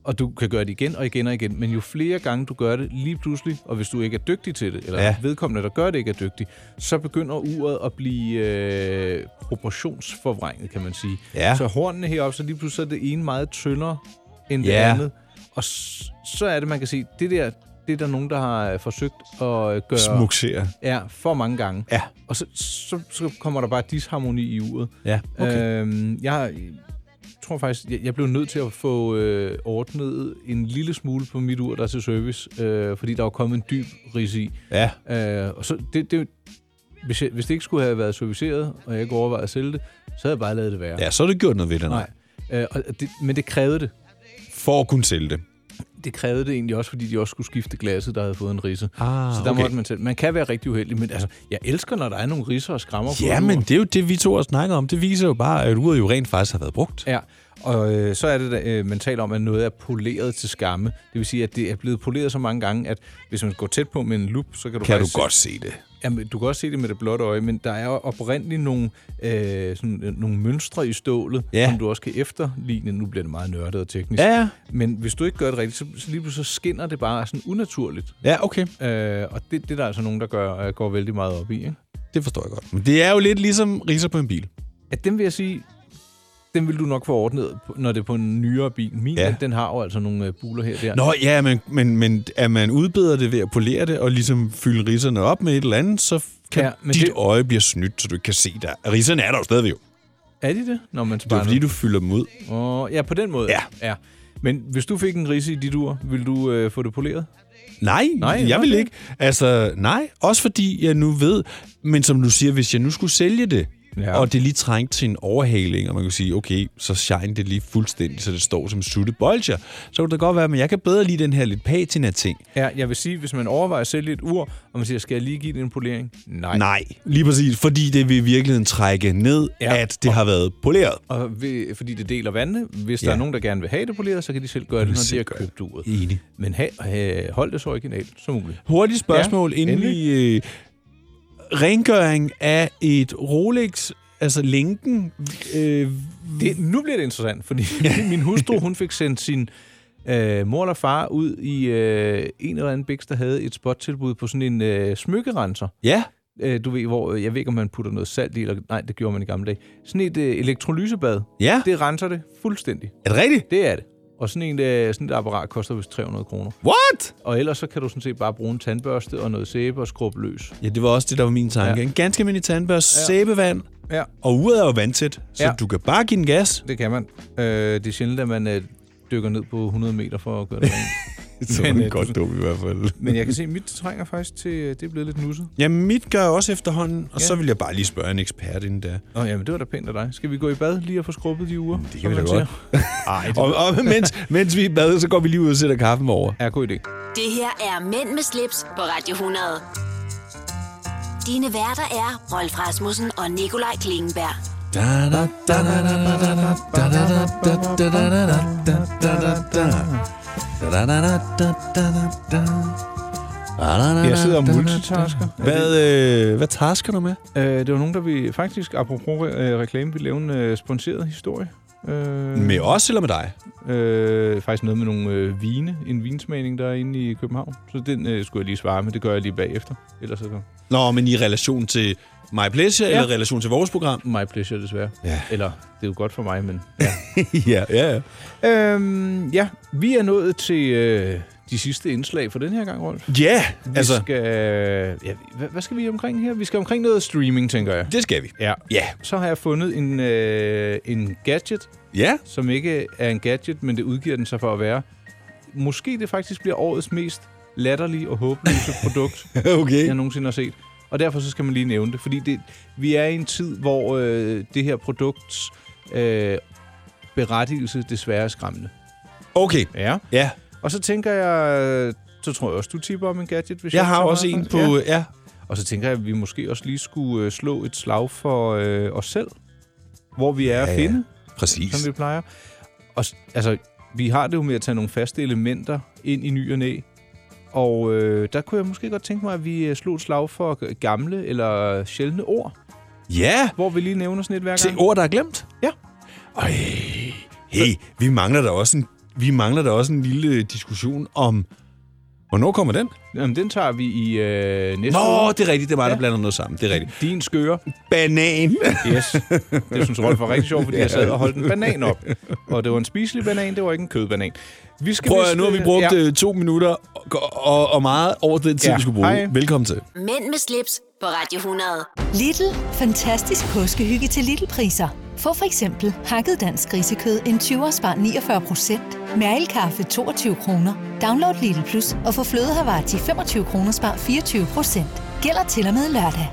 [SPEAKER 3] og du kan gøre det igen og igen og igen. Men jo flere gange du gør det lige pludselig, og hvis du ikke er dygtig til det, eller
[SPEAKER 2] Ja.
[SPEAKER 3] ja. vedkommende, der gør det, ikke er dygtig, så begynder uret at blive øh, proportionsforvrænget, kan man sige.
[SPEAKER 2] Ja.
[SPEAKER 3] Så hornene heroppe, så lige pludselig så er det ene meget tyndere end det
[SPEAKER 2] Ja.
[SPEAKER 3] andet. Og s- så er det, man kan sige, det der, det er der nogen, der har øh, forsøgt at øh, gøre...
[SPEAKER 2] Smuksere.
[SPEAKER 3] Ja, for mange gange.
[SPEAKER 2] Ja.
[SPEAKER 3] Og så, så, så kommer der bare disharmoni i uret.
[SPEAKER 2] Ja, okay.
[SPEAKER 3] Øhm, jeg tror faktisk, jeg, jeg blev nødt til at få øh, ordnet en lille smule på mit ur, der er til service, øh, fordi der var kommet en dyb ris i.
[SPEAKER 2] Ja.
[SPEAKER 3] Øh, og så det, det, hvis, jeg, hvis det ikke skulle have været serviceret, og jeg ikke overvejede at sælge det, så havde jeg bare lavet det være.
[SPEAKER 2] Ja, så er det gjort noget ved det, nej.
[SPEAKER 3] Nej. Øh, og det, men det krævede det.
[SPEAKER 2] For at kunne sælge det.
[SPEAKER 3] Det krævede det egentlig også, fordi de også skulle skifte glasset, der havde fået en risse.
[SPEAKER 2] Ah,
[SPEAKER 3] så der
[SPEAKER 2] okay.
[SPEAKER 3] måtte man selv. Man kan være rigtig uheldig, men altså, jeg elsker, når der er nogle risser og skrammer på et
[SPEAKER 2] Ja,
[SPEAKER 3] ur.
[SPEAKER 2] men det er jo det, vi to har snakket om. Det viser jo bare, at uret jo rent faktisk har været brugt.
[SPEAKER 3] Ja, og øh, så er det, da, øh, man taler om, at noget er poleret til skamme. Det vil sige, at det er blevet poleret så mange gange, at hvis man går tæt på med en lup, så kan du
[SPEAKER 2] Kan du
[SPEAKER 3] faktisk
[SPEAKER 2] godt se det.
[SPEAKER 3] Jamen, du kan også se det med det blotte øje, men der er jo oprindeligt nogle, øh, sådan, øh, nogle mønstre i stålet,
[SPEAKER 2] Ja.
[SPEAKER 3] som du også kan efterligne. Nu bliver det meget nørdet og teknisk.
[SPEAKER 2] Ja, ja.
[SPEAKER 3] Men hvis du ikke gør det rigtigt, så, så lige pludselig så skinner det bare sådan unaturligt.
[SPEAKER 2] Ja, okay.
[SPEAKER 3] Øh, og det, det er der altså nogen, der gør, øh, går vældig meget op i. Ikke?
[SPEAKER 2] Det forstår jeg godt. Men det er jo lidt ligesom riser på en bil.
[SPEAKER 3] At dem vil jeg sige, dem vil du nok få ordnet, når det er på en nyere bil. Min,
[SPEAKER 2] Ja.
[SPEAKER 3] ja. den har jo altså nogle øh, buler her og der.
[SPEAKER 2] Nå ja, men, men, men at man udbedrer det ved at polere det, og ligesom fylde riserne op med et eller andet, så kan ja,
[SPEAKER 3] Ja, men
[SPEAKER 2] dit det...
[SPEAKER 3] det-
[SPEAKER 2] øje bliver snydt, så du ikke kan se der. Riserne er der jo stadigvæk jo.
[SPEAKER 3] Er de det? Når man
[SPEAKER 2] Det er jo fordi, du fylder dem ud.
[SPEAKER 3] Åh, ja, på den måde. Ja. ja. Men hvis du fik en risse i dit ur, ville du øh, få det poleret?
[SPEAKER 2] Nej, nej
[SPEAKER 3] Nej,
[SPEAKER 2] jeg vil
[SPEAKER 3] okay.
[SPEAKER 2] ikke. Altså, nej. Også fordi jeg nu ved, men som du siger, hvis jeg nu skulle sælge det, ja.
[SPEAKER 3] Ja.
[SPEAKER 2] og det lige trængte til en overhaling, og man kunne sige, okay, så shine det lige fuldstændig, så det står som sutte bolcher, så kunne det godt være, men jeg kan bedre lide den her lidt patina-ting.
[SPEAKER 3] Ja, jeg vil sige, hvis man overvejer at sælge et ur, og man siger, skal jeg lige give det en polering? Nej.
[SPEAKER 2] Nej, lige præcis, fordi det vil i virkeligheden trække ned, ja.
[SPEAKER 3] Ja.
[SPEAKER 2] at det har været poleret.
[SPEAKER 3] Og ved, fordi det deler vandene. Hvis ja.
[SPEAKER 2] Ja.
[SPEAKER 3] der er nogen, der gerne vil have det poleret, så kan de selv gøre det, når de
[SPEAKER 2] selv
[SPEAKER 3] har
[SPEAKER 2] gøre det.
[SPEAKER 3] købt uret.
[SPEAKER 2] Enig.
[SPEAKER 3] Men ha, ha, hold det så originalt som muligt.
[SPEAKER 2] Hurtigt spørgsmål, ja,
[SPEAKER 3] Ja,
[SPEAKER 2] inden vi... Øh, rengøring af et Rolex, altså lænken... Øh,
[SPEAKER 3] Det, nu bliver det interessant, fordi min hustru, hun fik sendt sin øh, mor eller far ud i øh, en eller anden biks, der havde et spottilbud på sådan en øh, smykkerenser.
[SPEAKER 2] ja,
[SPEAKER 3] Øh, du ved, hvor, øh, jeg ved ikke, om man putter noget salt i, eller nej, det gjorde man i gamle dage. Sådan et øh, elektrolysebad,
[SPEAKER 2] ja.
[SPEAKER 3] det renser det fuldstændig.
[SPEAKER 2] Er det rigtigt?
[SPEAKER 3] Det er det. Og sådan, en, øh, sådan et apparat koster vist 300 kroner.
[SPEAKER 2] What?
[SPEAKER 3] Og ellers så kan du sådan set bare bruge en tandbørste og noget sæbe og skrubbe løs.
[SPEAKER 2] Ja, det var også det, der var min tanke. Ja.
[SPEAKER 3] Ja.
[SPEAKER 2] En ganske almindelig tandbørste, ja.
[SPEAKER 3] Ja.
[SPEAKER 2] sæbevand,
[SPEAKER 3] Ja.
[SPEAKER 2] og uret er jo vandtæt, så ja.
[SPEAKER 3] Ja.
[SPEAKER 2] du kan bare give den gas.
[SPEAKER 3] Det kan man. Øh, det er sjældent, at man øh, dykker ned på 100 meter for at gøre det rent.
[SPEAKER 2] Så
[SPEAKER 3] Men, øh, du-
[SPEAKER 2] dum i hvert fald.
[SPEAKER 3] Men jeg kan se, at mit trænger faktisk til... øh, Det er blevet lidt nusset.
[SPEAKER 2] Ja, mit gør jeg også efterhånden, og ja.
[SPEAKER 3] Ja.
[SPEAKER 2] så vil jeg bare lige spørge en ekspert inden der.
[SPEAKER 3] Nå, jamen, det var da pænt af dig. Skal vi gå i bad lige og få skrubbet de uger?
[SPEAKER 2] kan vi da godt.
[SPEAKER 3] Ej, det...
[SPEAKER 2] Og, og mens, mens vi er i bad, så går vi lige ud og sætter kaffen over.
[SPEAKER 3] er god idé.
[SPEAKER 1] Det her er Mænd med slips på Radio 100. Dine værter er Rolf Rasmussen og Nikolaj Klingenberg.
[SPEAKER 3] Jeg sidder og multitasker.
[SPEAKER 2] Hvad, øh, hvad tasker du med?
[SPEAKER 3] Øh, det var nogen, der vi faktisk, apropos øh, reklame, vi lavede en øh, sponsoreret historie. Øh,
[SPEAKER 2] Med os eller med dig?
[SPEAKER 3] Øh, faktisk noget med nogle øh, vine. En vinsmagning, der er inde i København. Så den øh, skulle jeg lige svare, men det gør jeg lige bagefter. Ellers så
[SPEAKER 2] Nå, men i relation til My Pleasure ja.
[SPEAKER 3] Ja.
[SPEAKER 2] eller i relation til vores program?
[SPEAKER 3] My pleasure, desværre.
[SPEAKER 2] Ja.
[SPEAKER 3] Eller, det er jo godt for mig, men...
[SPEAKER 2] ja, ja, ja.
[SPEAKER 3] øhm, ja, vi er nået til øh, de sidste indslag for den her gang, Rolf.
[SPEAKER 2] Ja,
[SPEAKER 3] Vi
[SPEAKER 2] altså,
[SPEAKER 3] skal... Ja, hvad, hvad skal vi omkring her? Vi skal omkring noget streaming, tænker jeg.
[SPEAKER 2] det skal vi.
[SPEAKER 3] Ja.
[SPEAKER 2] Ja.
[SPEAKER 3] Så har jeg fundet en, øh, en gadget,
[SPEAKER 2] Ja,
[SPEAKER 3] som ikke er en gadget, men det udgiver den sig for at være. Måske det faktisk bliver årets mest latterlige og håbløse produkt,
[SPEAKER 2] okay.
[SPEAKER 3] jeg nogensinde har set. Og derfor så skal man lige nævne det, fordi det, vi er i en tid, hvor øh, det her produkts øh, berettigelse desværre er skræmmende.
[SPEAKER 2] Okay,
[SPEAKER 3] Ja.
[SPEAKER 2] ja.
[SPEAKER 3] Og så tænker jeg, så tror jeg også, du tipper om en gadget. Hvis
[SPEAKER 2] Jeg
[SPEAKER 3] ikke
[SPEAKER 2] har
[SPEAKER 3] tager
[SPEAKER 2] også
[SPEAKER 3] meget
[SPEAKER 2] en på...
[SPEAKER 3] fejl. Ja.
[SPEAKER 2] Ja.
[SPEAKER 3] øh, Og så tænker jeg, at vi måske også lige skulle øh, slå et slag for øh, os selv, hvor vi er ja,
[SPEAKER 2] Ja,
[SPEAKER 3] at
[SPEAKER 2] ja.
[SPEAKER 3] finde
[SPEAKER 2] Præcis.
[SPEAKER 3] som vi plejer. Og s- altså, vi har det jo med at tage nogle faste elementer ind i ny og næ. Og øh, der kunne jeg måske godt tænke mig, at vi øh, slog et slag for g- gamle eller sjældne ord,
[SPEAKER 2] Ja,
[SPEAKER 3] hvor vi lige nævner sådan et hver
[SPEAKER 2] til
[SPEAKER 3] gang.
[SPEAKER 2] ord, der er glemt.
[SPEAKER 3] Ja.
[SPEAKER 2] Ej, hey, vi mangler da også en vi mangler da også en lille diskussion om, hvornår kommer den?
[SPEAKER 3] Jamen, den tager vi i øh, næste
[SPEAKER 2] Nå,
[SPEAKER 3] uge.
[SPEAKER 2] det er rigtigt, det var mig, der blander noget sammen. Det er rigtigt.
[SPEAKER 3] Din skøre.
[SPEAKER 2] Banan.
[SPEAKER 3] Yes. Det synes Rolf var rigtig sjovt, fordi
[SPEAKER 2] Ja.
[SPEAKER 3] jeg sad og holdt en banan op. Og det var en spiselig banan, det var ikke en kødbanan. Vi skal
[SPEAKER 2] Prøv at,
[SPEAKER 3] vist,
[SPEAKER 2] høre, nu har vi
[SPEAKER 3] øh,
[SPEAKER 2] brugt ja. to minutter og, og, og meget over den tid,
[SPEAKER 3] Ja.
[SPEAKER 2] ja. vi skulle bruge.
[SPEAKER 3] Hej.
[SPEAKER 2] Hej. Velkommen til.
[SPEAKER 1] Mænd med slips på Radio 100.
[SPEAKER 5] Lidl. Fantastisk påskehygge til Lidl-priser. Få for eksempel hakket dansk grisekød en 20 spar 49 Mærelkaffe 22 kroner. Download Lidl Plus og få flødehavar til 25 kroner spar 24 Gælder til og med lørdag.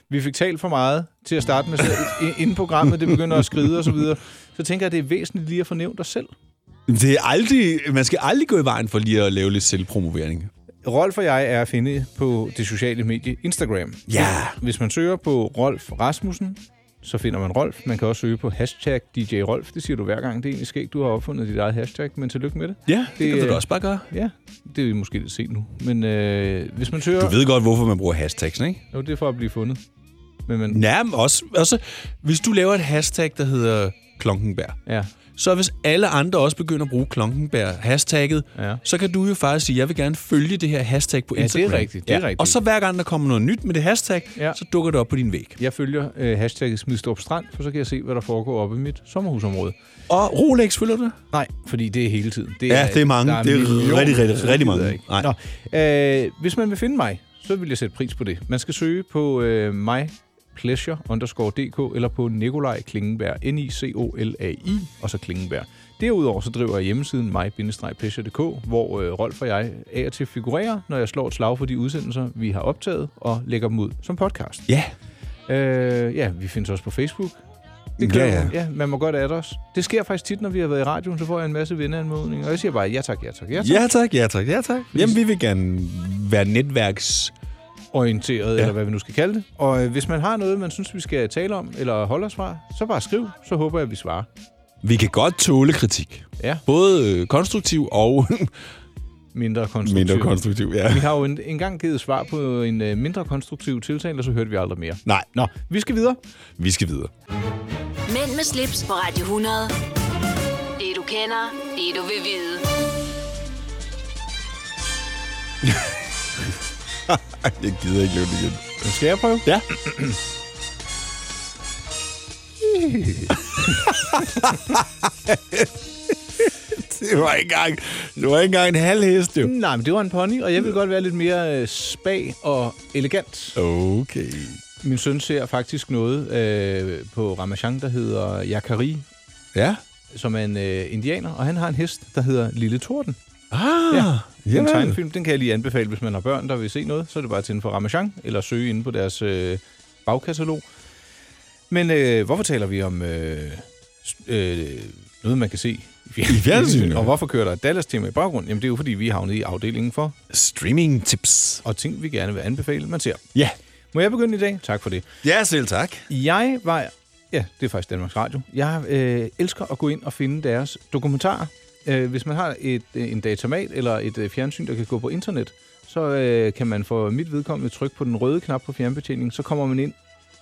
[SPEAKER 3] Vi fik talt for meget til at starte med, så i- inden programmet det begynder at skride og så videre. Så tænker jeg, at det er væsentligt lige at fornævne dig selv.
[SPEAKER 2] Det er aldrig, man skal aldrig gå i vejen for lige at lave lidt selvpromovering.
[SPEAKER 3] Rolf og jeg er at finde på det sociale medie Instagram.
[SPEAKER 2] Ja.
[SPEAKER 3] Hvis man søger på Rolf Rasmussen, så finder man Rolf. Man kan også søge på hashtag DJ Rolf. Det siger du hver gang. Det er egentlig skægt, du har opfundet dit eget hashtag, men tillykke med det.
[SPEAKER 2] Ja, det kan du da
[SPEAKER 3] øh,
[SPEAKER 2] også bare gøre.
[SPEAKER 3] Ja, det er måske lidt sent nu. Men øh, hvis man søger...
[SPEAKER 2] Du ved godt, hvorfor man bruger hashtags, ikke?
[SPEAKER 3] Jo, det er for at blive fundet. Men man...
[SPEAKER 2] Ja, men også, også hvis du laver et hashtag, der hedder Klonkenberg.
[SPEAKER 3] Ja.
[SPEAKER 2] Så hvis alle andre også begynder at bruge Klonkenberg-hashtagget,
[SPEAKER 3] ja.
[SPEAKER 2] så kan du jo faktisk sige, jeg vil gerne følge det her hashtag på
[SPEAKER 3] Ja, det er
[SPEAKER 2] Instagram.
[SPEAKER 3] rigtigt, det er rigtigt.
[SPEAKER 2] Og så hver gang, der kommer noget nyt med det hashtag,
[SPEAKER 3] Ja.
[SPEAKER 2] så dukker det op på din væg.
[SPEAKER 3] Jeg følger øh, hashtagget Smidstrup Strand, for så kan jeg se, hvad der foregår oppe i mit sommerhusområde.
[SPEAKER 2] Og Rolex, følger du det?
[SPEAKER 3] Nej, fordi det er hele tiden.
[SPEAKER 2] Ja, det er mange.
[SPEAKER 3] der
[SPEAKER 2] Det er
[SPEAKER 3] millioner,
[SPEAKER 2] rigtig, rigtig,
[SPEAKER 3] så det
[SPEAKER 2] rigtig
[SPEAKER 3] gider
[SPEAKER 2] mange.
[SPEAKER 3] jeg ikke.
[SPEAKER 2] Nej.
[SPEAKER 3] Nå, øh, hvis man vil finde mig, så vil jeg sætte pris på det. Man skal søge på øh, mypleasure underscore dk eller på Nikolaj Klingenberg, N-I-C-O-L-A-I, og så Klingenberg. Derudover så driver jeg hjemmesiden my-pleasure.dk, hvor øh, Rolf og jeg af og til figurerer, når jeg slår et slag for de udsendelser, vi har optaget, og lægger dem ud som podcast.
[SPEAKER 2] Ja.
[SPEAKER 3] Øh, ja, vi findes også på Facebook.
[SPEAKER 2] Ja,
[SPEAKER 3] Det kan ja,
[SPEAKER 2] ja.
[SPEAKER 3] ja. ja, man må godt adde os. Det sker faktisk tit, når vi har været i radioen, så får jeg en masse venneanmodninger, og jeg siger bare, ja tak, ja tak, ja tak.
[SPEAKER 2] Ja tak, ja tak, ja tak. Jamen, vi vil gerne være netværks...
[SPEAKER 3] orienteret, ja. eller hvad vi nu skal kalde det. Og øh, hvis man har noget, man synes, vi skal tale om, eller holde os fra, så bare skriv, så håber jeg, at vi svarer.
[SPEAKER 2] Vi kan godt tåle kritik.
[SPEAKER 3] Ja.
[SPEAKER 2] Både øh, konstruktiv og
[SPEAKER 3] Mindre konstruktiv.
[SPEAKER 2] mindre konstruktiv. Ja.
[SPEAKER 3] Vi har jo en, engang givet svar på en øh, mindre konstruktiv tiltale, og så hørte vi aldrig mere.
[SPEAKER 2] Nej.
[SPEAKER 3] Nå, vi skal videre.
[SPEAKER 2] Vi skal videre.
[SPEAKER 1] Mænd med slips på Radio 100. Det du kender, det du vil vide.
[SPEAKER 2] Ej, jeg gider ikke løbe det igen.
[SPEAKER 3] Skal jeg prøve?
[SPEAKER 2] Ja. det var ikke engang, det var ikke engang en halv hest, jo.
[SPEAKER 3] Nej, men det var en pony, og jeg vil godt være lidt mere øh, spag og elegant.
[SPEAKER 2] Okay.
[SPEAKER 3] Min søn ser faktisk noget øh, på Ramachan, der hedder Yakari,
[SPEAKER 2] Ja.
[SPEAKER 3] som er en øh, indianer, og han har en hest, der hedder Lille Torden.
[SPEAKER 2] Ah,
[SPEAKER 3] ja, en
[SPEAKER 2] jamen.
[SPEAKER 3] tegnefilm, den kan jeg lige anbefale, hvis man har børn, der vil se noget. Så er det bare at tænde for Ramachan, eller søge inde på deres øh, bagkatalog. Men øh, hvorfor taler vi om øh, s- øh, noget, man kan se i
[SPEAKER 2] fjernsynet?
[SPEAKER 3] Og hvorfor kører der et Dallas-tema i baggrunden? Jamen, det er jo, fordi vi er havnet i afdelingen for...
[SPEAKER 2] Streaming tips.
[SPEAKER 3] Og ting, vi gerne vil anbefale, man ser.
[SPEAKER 2] Ja.
[SPEAKER 3] Må jeg begynde i dag? Tak for det.
[SPEAKER 2] Ja, selv tak.
[SPEAKER 3] Jeg var... Ja, det er faktisk Danmarks Radio. Jeg øh, elsker at gå ind og finde deres dokumentarer. Øh, hvis man har et, øh, en datamat eller et øh, fjernsyn, der kan gå på internet, så øh, kan man for mit vedkommende trykke på den røde knap på fjernbetjeningen, så kommer man ind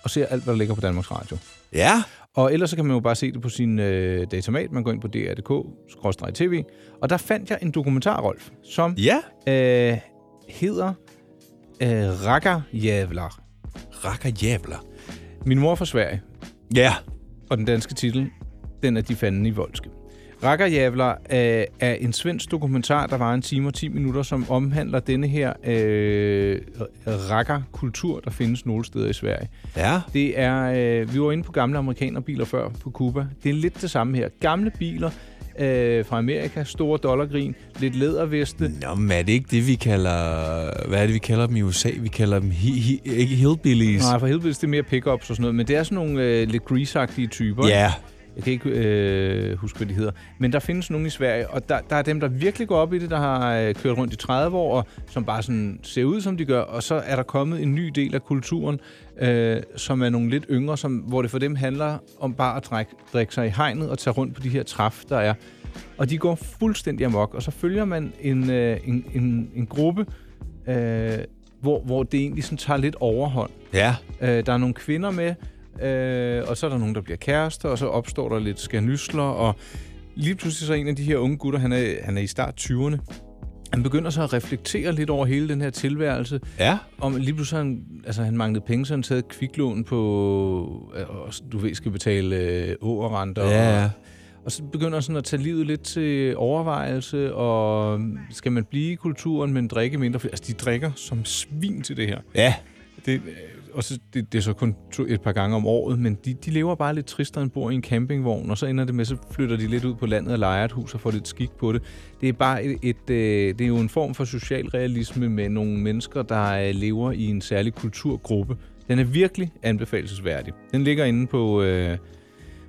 [SPEAKER 3] og ser alt, hvad der ligger på Danmarks Radio.
[SPEAKER 2] Ja.
[SPEAKER 3] Og ellers så kan man jo bare se det på sin øh, datamat. Man går ind på dr.dk-tv. Og der fandt jeg en dokumentar, Rolf, som
[SPEAKER 2] ja.
[SPEAKER 3] øh, hedder øh, Rakkerjævler.
[SPEAKER 2] Rakkerjævler.
[SPEAKER 3] Min mor er fra Sverige.
[SPEAKER 2] Ja.
[SPEAKER 3] Og den danske titel, den er De fanden i voldske. Rakkerjævler øh, er en svensk dokumentar, der var en time og 10 minutter, som omhandler denne her øh, rakkerkultur, der findes nogle steder i Sverige.
[SPEAKER 2] Ja.
[SPEAKER 3] Det er, øh, vi var inde på gamle amerikanerbiler før på Cuba. Det er lidt det samme her. Gamle biler øh, fra Amerika, store dollargrin, lidt læderveste.
[SPEAKER 2] Nå, men er det ikke det, vi kalder... Hvad er det, vi kalder dem i USA? Vi kalder dem hi- hi- ikke hillbillies.
[SPEAKER 3] Nej, for helvede, det er mere pickups og sådan noget, men det er sådan nogle øh, lidt greaseagtige typer. ikke?
[SPEAKER 2] Ja.
[SPEAKER 3] Jeg kan ikke øh, huske, hvad de hedder. Men der findes nogle i Sverige, og der, der er dem, der virkelig går op i det, der har øh, kørt rundt i 30 år, og som bare sådan ser ud, som de gør. Og så er der kommet en ny del af kulturen, øh, som er nogle lidt yngre, som, hvor det for dem handler om bare at drikke, drikke sig i hegnet og tage rundt på de her træf, der er. Og de går fuldstændig amok, og så følger man en, øh, en, en, en gruppe, øh, hvor, hvor det egentlig sådan tager lidt overhånd.
[SPEAKER 2] Ja.
[SPEAKER 3] Øh, der er nogle kvinder med, øh, og så er der nogen, der bliver kærester, og så opstår der lidt skærnysler, og lige pludselig så er en af de her unge gutter, han er, han er i start 20'erne, han begynder så at reflektere lidt over hele den her tilværelse.
[SPEAKER 2] Ja.
[SPEAKER 3] Om lige pludselig han, altså, han manglede penge, så han taget kviklån på, øh, og du ved, skal betale øh, årrenter.
[SPEAKER 2] Ja, ja.
[SPEAKER 3] Og, og så begynder han sådan at tage livet lidt til overvejelse, og øh, skal man blive i kulturen, men drikke mindre? For- Altså, de drikker som svin til det her.
[SPEAKER 2] Ja.
[SPEAKER 3] Det, øh, og så, det, det er så kun to, et par gange om året, men de, de lever bare lidt tristere end bor i en campingvogn, og så ender det med, så flytter de lidt ud på landet og leger et hus og får lidt skik på det. Det er bare et, et øh, det er jo en form for socialrealisme med nogle mennesker, der øh, lever i en særlig kulturgruppe. Den er virkelig anbefalesværdig. Den ligger inde på, øh,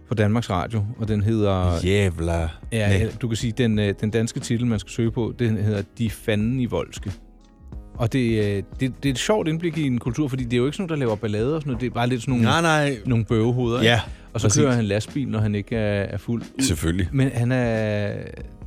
[SPEAKER 3] på Danmarks Radio, og den hedder...
[SPEAKER 2] Jævla.
[SPEAKER 3] Ja,
[SPEAKER 2] Nej.
[SPEAKER 3] eller du kan sige, den, øh, den danske titel, man skal søge på, den hedder De fanden i voldske. Og det, øh, det, det er et sjovt indblik i en kultur, fordi det er jo ikke sådan nogen, der laver ballader og sådan noget. Det er bare lidt sådan nogle,
[SPEAKER 2] Nej, nej.
[SPEAKER 3] nogle bøvehoveder.
[SPEAKER 2] Ja,
[SPEAKER 3] ikke? og så
[SPEAKER 2] præcis.
[SPEAKER 3] kører han lastbil, når han ikke er, er fuld.
[SPEAKER 2] Selvfølgelig.
[SPEAKER 3] Men han, er,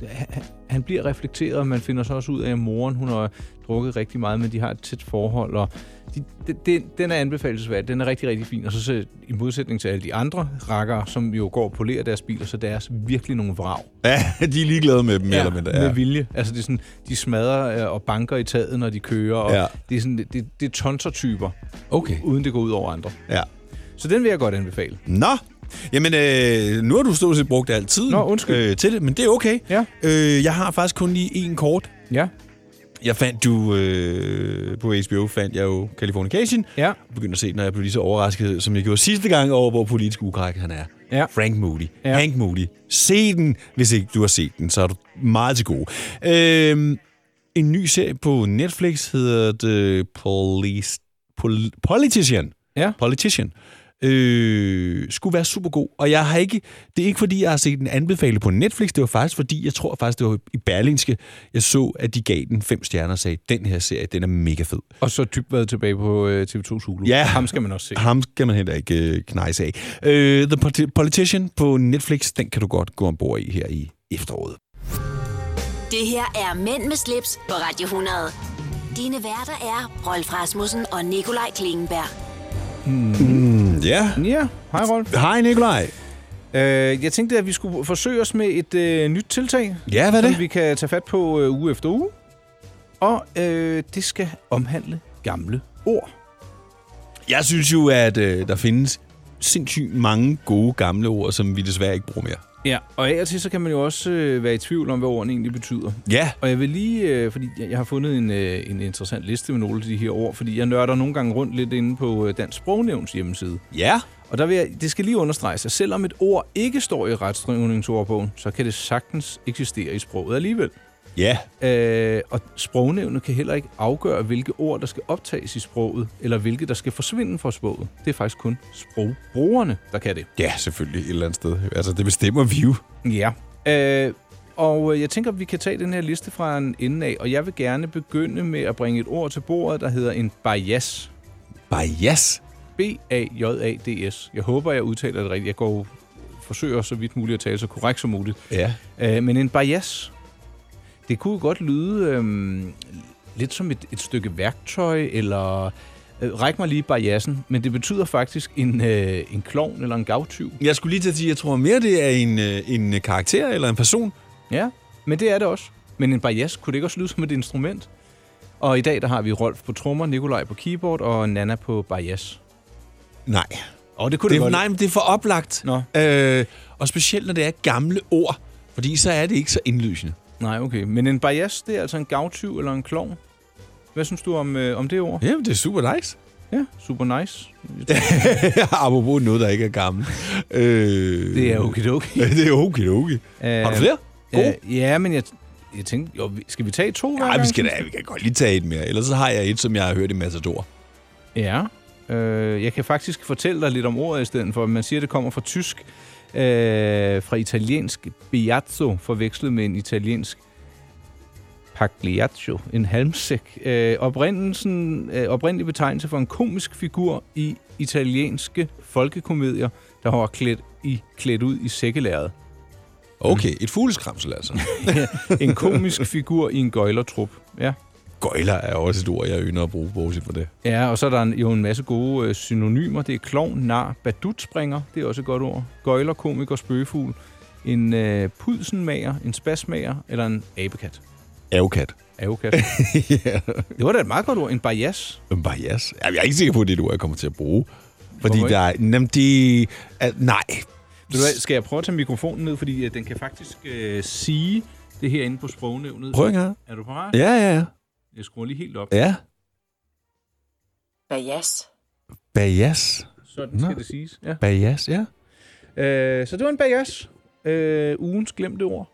[SPEAKER 3] han, han bliver reflekteret, og man finder så også ud af, at moren hun har drukket rigtig meget, men de har et tæt forhold. Og de, de, de, den er anbefalesværdig. Den er rigtig, rigtig fin. Og så, så i modsætning til alle de andre rakker, som jo går og polerer deres biler, så deres virkelig nogle vrag
[SPEAKER 2] Ja, de er ligeglade med dem, ja, eller mindre.
[SPEAKER 3] med
[SPEAKER 2] Ja.
[SPEAKER 3] vilje. Altså, det er sådan, de smadrer øh, og banker i taget, når de kører. Og
[SPEAKER 2] Ja.
[SPEAKER 3] ja. Det er, sådan, det, det, det er tonsertyper,
[SPEAKER 2] okay.
[SPEAKER 3] uden det går ud over andre.
[SPEAKER 2] Ja.
[SPEAKER 3] Så den vil jeg godt anbefale.
[SPEAKER 2] Nå, jamen øh, nu har du stort set brugt alt tiden
[SPEAKER 3] Nå, undskyld.
[SPEAKER 2] Øh, til det, men det er okay.
[SPEAKER 3] Ja.
[SPEAKER 2] Øh, jeg har faktisk kun lige én kort.
[SPEAKER 3] Ja.
[SPEAKER 2] Jeg fandt jo, øh, på HBO fandt jeg jo Californication.
[SPEAKER 3] Ja.
[SPEAKER 2] Begyndte at se den, og jeg blev lige så overrasket, som jeg gjorde sidste gang over, hvor politisk ukorrekt han er.
[SPEAKER 3] Ja.
[SPEAKER 2] Frank Moody. Ja. Frank Moody. Se den, hvis ikke du har set den, så er du meget til gode. Øh, en ny serie på Netflix hedder The Police, Pol, Politician.
[SPEAKER 3] Ja.
[SPEAKER 2] Politician. Øh, skulle være super god. Og jeg har ikke, det er ikke fordi, jeg har set den anbefale på Netflix. Det var faktisk fordi, jeg tror faktisk, det var i Berlingske, jeg så, at de gav den fem stjerner og sagde, den her serie, den er mega fed.
[SPEAKER 3] Og så dybt været tilbage på øh, TV2 Zulu.
[SPEAKER 2] Ja.
[SPEAKER 3] Ham skal man også se.
[SPEAKER 2] Ham skal man heller ikke øh, knejse af. Øh, The Politi- Politician på Netflix, den kan du godt gå ombord i her i efteråret.
[SPEAKER 1] Det her er Mænd med slips på Radio 100. Dine værter er Rolf Rasmussen og Nikolaj Klingenberg.
[SPEAKER 2] Mm, ja.
[SPEAKER 3] Ja, hej Rolf.
[SPEAKER 2] Hej Nikolaj.
[SPEAKER 3] Øh, jeg tænkte, at vi skulle forsøge os med et øh, nyt tiltag.
[SPEAKER 2] Ja, hvad er
[SPEAKER 3] som
[SPEAKER 2] det?
[SPEAKER 3] vi kan tage fat på øh, uge efter uge. Og øh, det skal omhandle gamle ord.
[SPEAKER 2] Jeg synes jo, at øh, der findes sindssygt mange gode gamle ord, som vi desværre ikke bruger mere.
[SPEAKER 3] Ja, og af og til så kan man jo også øh, være i tvivl om, hvad ordene egentlig betyder.
[SPEAKER 2] Ja.
[SPEAKER 3] Og jeg vil lige, øh, fordi jeg, jeg har fundet en, øh, en interessant liste med nogle af de her ord, fordi jeg nørder nogle gange rundt lidt inde på øh, Dansk Sprognævns hjemmeside.
[SPEAKER 2] Ja.
[SPEAKER 3] Og der vil jeg, det skal lige understreges, at selvom et ord ikke står i retskrivningsordbogen, så kan det sagtens eksistere i sproget alligevel.
[SPEAKER 2] Ja.
[SPEAKER 3] Øh, og sprognævnet kan heller ikke afgøre, hvilke ord, der skal optages i sproget, eller hvilke, der skal forsvinde fra sproget. Det er faktisk kun sprogbrugerne, der kan det.
[SPEAKER 2] Ja, selvfølgelig et eller andet sted. Altså, det bestemmer vi jo.
[SPEAKER 3] Ja. Øh, og øh, jeg tænker, at vi kan tage den her liste fra en ende af, og jeg vil gerne begynde med at bringe et ord til bordet, der hedder en bias.
[SPEAKER 2] Bias?
[SPEAKER 3] B-A-J-A-D-S. Jeg håber, jeg udtaler det rigtigt. Jeg går forsøger så vidt muligt at tale så korrekt som muligt.
[SPEAKER 2] Ja.
[SPEAKER 3] Øh, men en bias, det kunne jo godt lyde øhm, lidt som et, et stykke værktøj, eller øh, ræk mig lige biasen, men det betyder faktisk en, øh, en klovn eller en gavtyv.
[SPEAKER 2] Jeg skulle lige til at sige, at jeg tror mere, det er en, øh, en øh, karakter eller en person.
[SPEAKER 3] Ja, men det er det også. Men en bias, kunne det ikke også lyde som et instrument? Og i dag, der har vi Rolf på trommer, Nikolaj på keyboard og Nana på bias.
[SPEAKER 2] Nej.
[SPEAKER 3] Og det kunne det,
[SPEAKER 2] det
[SPEAKER 3] godt.
[SPEAKER 2] Nej, men det er for oplagt.
[SPEAKER 3] Nå.
[SPEAKER 2] Øh, og specielt, når det er gamle ord, Fordi så er det ikke så indlysende.
[SPEAKER 3] Nej, okay. Men en bias, det er altså en gavtyv eller en klovn. Hvad synes du om, øh, om det ord?
[SPEAKER 2] Jamen, det er super nice.
[SPEAKER 3] Ja, super nice.
[SPEAKER 2] Apropos noget, der ikke er gammel. Øh,
[SPEAKER 3] Det er okidoki.
[SPEAKER 2] det er okidoki. Har du flere? Gode?
[SPEAKER 3] Øh, ja, men jeg, jeg tænkte, jo, vi- skal vi tage to hver
[SPEAKER 2] Nej, vi
[SPEAKER 3] gang,
[SPEAKER 2] skal
[SPEAKER 3] synes
[SPEAKER 2] da, vi kan godt lige tage et mere. Ellers så har jeg et, som jeg har hørt i Matador.
[SPEAKER 3] Ja. Øh, jeg kan faktisk fortælle dig lidt om ordet i stedet for. Man siger, at det kommer fra tysk, øh, fra italiensk biazzo, forvekslet med en italiensk pagliaccio, en halmsæk. Øh, oprindelsen, øh, oprindelig betegnelse for en komisk figur i italienske folkekomedier, der var klædt, i, klædt ud i sækkelæret.
[SPEAKER 2] Okay,
[SPEAKER 3] Mm.
[SPEAKER 2] et fugleskramsel altså.
[SPEAKER 3] en komisk figur i en gøjlertrup. Ja.
[SPEAKER 2] Gøjler er også et ord, jeg ynder at bruge, bortset fra det.
[SPEAKER 3] Ja, og så er der en, jo en masse gode øh, synonymer. Det er klovn, nar, badutspringer, det er også et godt ord. Gøjler, komiker, spøgefugl. En øh, pudsenmager, en spasmager eller en abekat.
[SPEAKER 2] Avokat.
[SPEAKER 3] Avokat. Det var da et meget godt ord. En bias.
[SPEAKER 2] En bias. Jamen, Jeg er ikke sikker på, at det er et ord, jeg kommer til at bruge. Fordi
[SPEAKER 3] Hvorfor
[SPEAKER 2] der er... Jamen, det... Er, nej.
[SPEAKER 3] Ved du hvad, skal jeg prøve at tage mikrofonen ned, fordi øh, den kan faktisk øh, sige det her inde på sprognævnet.
[SPEAKER 2] Prøv en gang.
[SPEAKER 3] Er du parat?
[SPEAKER 2] Ja, ja, ja.
[SPEAKER 3] Jeg skruer lige helt op.
[SPEAKER 2] Ja.
[SPEAKER 6] Bajas.
[SPEAKER 2] Bias.
[SPEAKER 3] Sådan skal det siges. Ja.
[SPEAKER 2] Bias, ja.
[SPEAKER 3] Øh, så det var en bias. Øh, ugens glemte ord.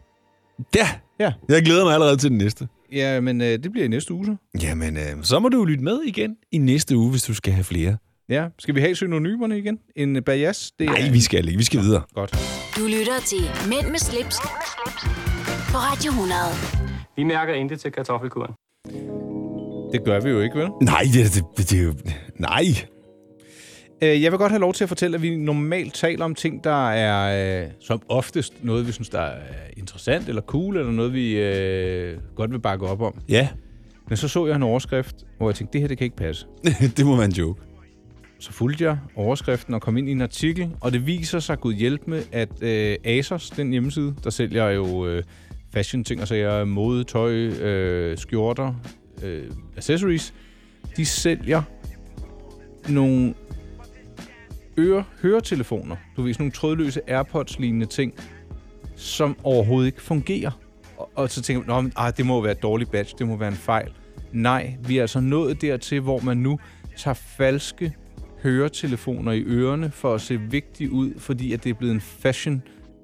[SPEAKER 2] Ja.
[SPEAKER 3] ja.
[SPEAKER 2] Jeg glæder mig allerede til den næste.
[SPEAKER 3] Ja, men øh, det bliver i næste uge så.
[SPEAKER 2] Jamen, øh, så må du lytte med igen i næste uge, hvis du skal have flere.
[SPEAKER 3] Ja, skal vi have synonymerne igen? En øh, bias, det
[SPEAKER 2] Nej,
[SPEAKER 3] er...
[SPEAKER 2] vi skal ikke. Vi skal videre.
[SPEAKER 3] Godt.
[SPEAKER 1] Du lytter til Mænd med slips, på Radio 100.
[SPEAKER 7] Vi mærker intet til kartoffelkuren.
[SPEAKER 3] Det gør vi jo ikke, vel?
[SPEAKER 2] Nej, det, det, det, det er jo... Nej.
[SPEAKER 3] Øh, Jeg vil godt have lov til at fortælle, at vi normalt taler om ting, der er øh, som oftest noget, vi synes, der er interessant eller cool, eller noget, vi øh, godt vil bakke op om.
[SPEAKER 2] Ja.
[SPEAKER 3] Men så så jeg en overskrift, hvor jeg tænkte, det her det kan ikke passe.
[SPEAKER 2] det må være en joke.
[SPEAKER 3] Så fulgte jeg overskriften og kom ind i en artikel, og det viser sig, gud hjælp med, at øh, Asos, den hjemmeside, der sælger jo øh, fashion-ting og sager, mode, tøj, øh, skjorter, øh, accessories, de sælger nogle øre, høretelefoner, du ved, sådan nogle trådløse AirPods-lignende ting, som overhovedet ikke fungerer. Og, og så tænker man, "Nå, men, ah, det må jo være et dårligt batch, det må være en fejl. Nej, vi er altså nået dertil, hvor man nu tager falske høretelefoner i ørerne for at se vigtig ud, fordi at det er blevet en fashion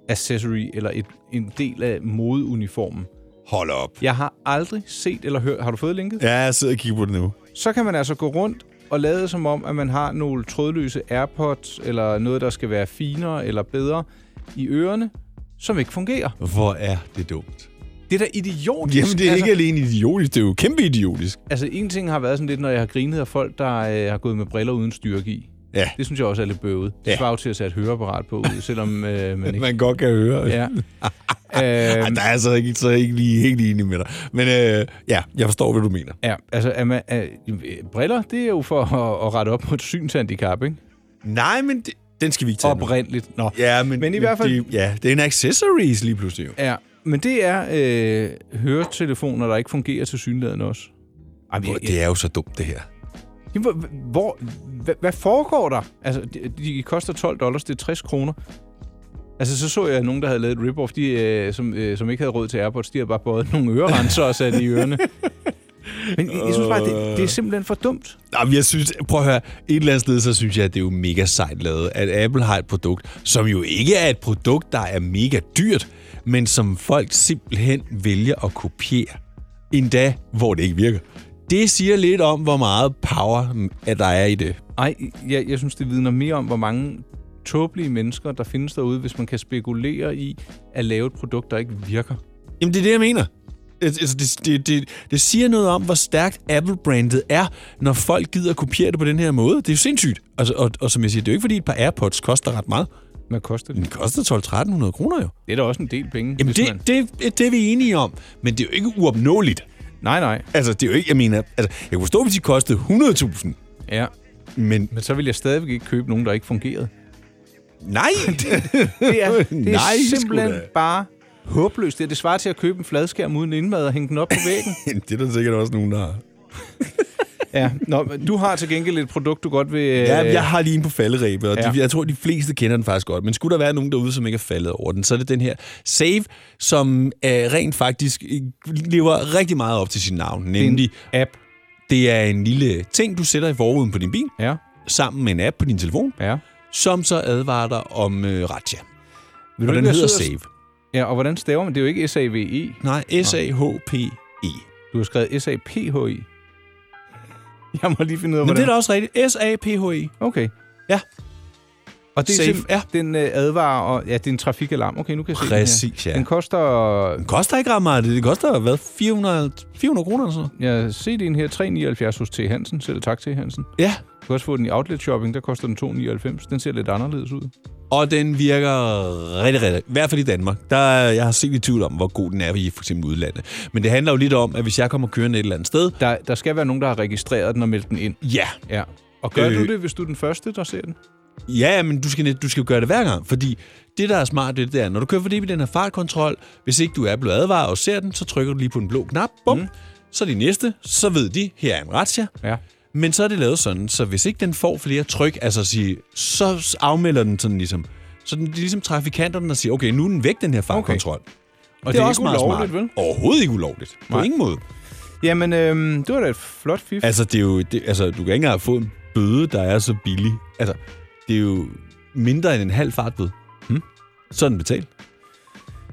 [SPEAKER 3] accessory eller et, en del af modeuniformen.
[SPEAKER 2] Hold op.
[SPEAKER 3] Jeg har aldrig set eller hørt... Har du fået linket?
[SPEAKER 2] Ja, jeg sidder og kigger på det nu.
[SPEAKER 3] Så kan man altså gå rundt og lade som om, at man har nogle trådløse AirPods, eller noget, der skal være finere eller bedre i ørerne, som ikke fungerer.
[SPEAKER 2] Hvor er det dumt.
[SPEAKER 3] Det er da idiotisk.
[SPEAKER 2] Jamen, det er ikke alene idiotisk, det er jo kæmpe idiotisk.
[SPEAKER 3] Altså, en ting har været sådan lidt, når jeg har grinet af folk, der øh, har gået med briller uden styrke i.
[SPEAKER 2] Ja.
[SPEAKER 3] Det synes jeg også er lidt bøvet. Det
[SPEAKER 2] Ja.
[SPEAKER 3] svarer jo til at sætte et høreapparat på, selvom øh, man ikke...
[SPEAKER 2] Man godt kan høre.
[SPEAKER 3] Ja. Øhm,
[SPEAKER 2] Ej, der er jeg så ikke, så er jeg ikke lige helt enig med dig. Men øh, ja, jeg forstår, hvad du mener.
[SPEAKER 3] Ja, altså, er man, er, øh, briller, det er jo for at, at rette op på et synshandicap, ikke?
[SPEAKER 2] Nej, men det, den skal vi ikke tage nu.
[SPEAKER 3] Oprindeligt. Nå.
[SPEAKER 2] Ja, men,
[SPEAKER 3] Men i hvert fald-
[SPEAKER 2] Det, ja, det er en accessories lige pludselig. Jo.
[SPEAKER 3] Ja, men det er øh, høretelefoner, der ikke fungerer til synligheden også. Ej,
[SPEAKER 2] Hvor- Det er jo så dumt, det her.
[SPEAKER 3] Jamen, hvor, hvor, hvad, hvad foregår der? Altså, de, de koster 12 dollars, det er 60 kroner. Altså, så så jeg nogen, der havde lavet et rip-off, de, øh, som, øh, som ikke havde råd til Airpods. De havde bare båret nogle ørerenser og sat i ørerne. Men jeg, jeg synes bare, det, det er simpelthen for dumt.
[SPEAKER 2] Nå, men jeg synes, prøv at høre, et eller andet sted, så synes jeg, at det er jo mega sejt lavet, at Apple har et produkt, som jo ikke er et produkt, der er mega dyrt, men som folk simpelthen vælger at kopiere, endda hvor det ikke virker. Det siger lidt om, hvor meget power, at der er i det.
[SPEAKER 3] Ej, jeg, jeg synes, det vidner mere om, hvor mange tåbelige mennesker, der findes derude, hvis man kan spekulere i at lave et produkt, der ikke virker.
[SPEAKER 2] Jamen, det er det, jeg mener. Altså, det, det, det, det siger noget om, hvor stærkt Apple-brandet er, når folk gider kopiere det på den her måde. Det er jo sindssygt. Altså, og, og som jeg siger, det er jo ikke, fordi et par AirPods koster ret meget.
[SPEAKER 3] Hvad koster
[SPEAKER 2] det? Den koster 12-1300 kroner jo.
[SPEAKER 3] Det er da også en del penge.
[SPEAKER 2] Jamen,
[SPEAKER 3] hvis
[SPEAKER 2] det, det, det, det er vi enige om. Men det er jo ikke uopnåeligt.
[SPEAKER 3] Nej, nej.
[SPEAKER 2] Altså, det er jo ikke, jeg mener... Altså, jeg kunne forstå, hvis de kostede 100.000.
[SPEAKER 3] Ja.
[SPEAKER 2] Men,
[SPEAKER 3] men så vil jeg stadigvæk ikke købe nogen, der ikke fungerede.
[SPEAKER 2] Nej!
[SPEAKER 3] det, det er, det er
[SPEAKER 2] Nej, sgu
[SPEAKER 3] simpelthen
[SPEAKER 2] da.
[SPEAKER 3] bare håbløst. Det, er det svarer til at købe en fladskærm uden indmad og hænge den op på væggen.
[SPEAKER 2] det er der sikkert også nogen, der har.
[SPEAKER 3] Ja. Nå, men du har til gengæld et produkt, du godt vil... øh,
[SPEAKER 2] Ja, jeg har lige en på falderæbet, og Øh, ja.
[SPEAKER 3] Ja.
[SPEAKER 2] de, jeg tror, de fleste kender den faktisk godt. Men skulle der være nogen derude, som ikke er faldet over den, så er det den her Save, som øh, rent faktisk øh, lever rigtig meget op til sit navn. Nemlig
[SPEAKER 3] app.
[SPEAKER 2] Det er en lille ting, du sætter i forruden på din bil,
[SPEAKER 3] ja.
[SPEAKER 2] sammen med en app på din telefon,
[SPEAKER 3] ja.
[SPEAKER 2] som så advarer dig om øh, ratcha.
[SPEAKER 3] Vil
[SPEAKER 2] og
[SPEAKER 3] ikke
[SPEAKER 2] den
[SPEAKER 3] være
[SPEAKER 2] hedder
[SPEAKER 3] sød
[SPEAKER 2] Save.
[SPEAKER 3] at- Ja, og hvordan staver man? Det er jo ikke S-A-V-E.
[SPEAKER 2] Nej, S-A-H-P-E.
[SPEAKER 3] E. Du har skrevet S-A-P-H-I. E. Jeg må lige finde ud af,
[SPEAKER 2] Men det
[SPEAKER 3] hvordan...
[SPEAKER 2] er da også rigtigt. S-A-P-H-E.
[SPEAKER 3] Okay.
[SPEAKER 2] Ja.
[SPEAKER 3] Og det er
[SPEAKER 2] Safe,
[SPEAKER 3] Safe, ja. den øh, advarer, og ja, det er en trafikalarm. Okay, nu kan jeg se
[SPEAKER 2] Præcis,
[SPEAKER 3] den
[SPEAKER 2] ja.
[SPEAKER 3] her. Den koster...
[SPEAKER 2] Den koster ikke ret meget. Det koster, hvad, 400, 400 kroner eller sådan noget?
[SPEAKER 3] Ja, se den her 379 hos T. Hansen. Selv tak, T. Hansen.
[SPEAKER 2] Ja.
[SPEAKER 3] Du kan også få den i outlet shopping, der koster den 299. Den ser lidt anderledes ud.
[SPEAKER 2] Og den virker rigtig, rigtig, i hvert fald i Danmark. Der, er- jeg har set i tvivl om, hvor god den er i for eksempel udlandet. Men det handler jo lidt om, at hvis jeg kommer kørende et eller andet sted...
[SPEAKER 3] Der, der skal være nogen, der har registreret den og meldt den ind.
[SPEAKER 2] Ja.
[SPEAKER 3] Ja. Og gør øh,
[SPEAKER 2] Øh.
[SPEAKER 3] du det, hvis du er den første, der ser den?
[SPEAKER 2] Ja, men du skal, net- du skal jo gøre det hver gang, fordi det, der er smart, det, det er, når du kører forbi den her fartkontrol, hvis ikke du er blevet advaret og ser den, så trykker du lige på den blå knap, bum, mm. så er de næste, så ved de, her er en razzia.
[SPEAKER 3] Ja.
[SPEAKER 2] Men så er det lavet sådan, så hvis ikke den får flere tryk, altså at sige, så afmelder den sådan ligesom. Så den, det er ligesom trafikanterne, der siger, okay, nu er den væk, den her fartkontrol. Okay.
[SPEAKER 3] Og det er ikke ulovligt, vel?
[SPEAKER 2] Overhovedet ikke ulovligt. På
[SPEAKER 3] Nej.
[SPEAKER 2] ingen måde.
[SPEAKER 3] Jamen, øh, det var da et flot fif.
[SPEAKER 2] Altså, det er jo, det, altså, du kan ikke engang få en bøde, der er så billig. Altså, det er jo mindre end en halv fartbøde. Hmm? Sådan betalt.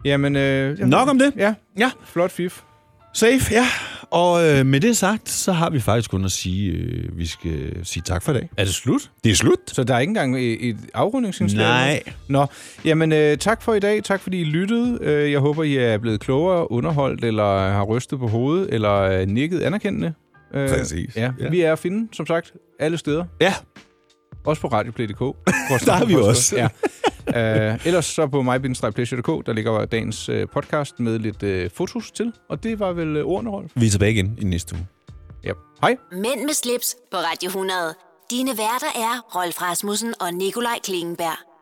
[SPEAKER 3] Jamen, øh, jamen,
[SPEAKER 2] Nok om det.
[SPEAKER 3] Ja,
[SPEAKER 2] ja.
[SPEAKER 3] flot fif.
[SPEAKER 2] Safe, ja. Og øh, med det sagt, så har vi faktisk kun at sige, øh, vi skal sige tak for i dag.
[SPEAKER 3] Er det slut?
[SPEAKER 2] Det er slut.
[SPEAKER 3] Så der er ikke engang et, et afrundingsindslag?
[SPEAKER 2] Nej.
[SPEAKER 3] Nå, jamen øh, tak for i dag. Tak fordi I lyttede. Øh, jeg håber, I er blevet klogere, underholdt, eller har rystet på hovedet, eller øh, nikket anerkendende. Øh,
[SPEAKER 2] Præcis.
[SPEAKER 3] Ja.
[SPEAKER 2] Ja.
[SPEAKER 3] ja. Vi er at finde, som sagt, alle steder.
[SPEAKER 2] Ja.
[SPEAKER 3] Også på radioplay.dk.
[SPEAKER 2] Der er vi også.
[SPEAKER 3] Ja. øh, ellers så på mybindestrejpleasure.dk, der ligger dagens øh, podcast med lidt øh, fotos til. Og det var vel øh, ordene, Rolf?
[SPEAKER 2] Vi er tilbage igen i næste uge.
[SPEAKER 3] Ja. Hej.
[SPEAKER 1] Mænd med slips på Radio 100. Dine værter er Rolf Rasmussen og Nikolaj Klingenberg.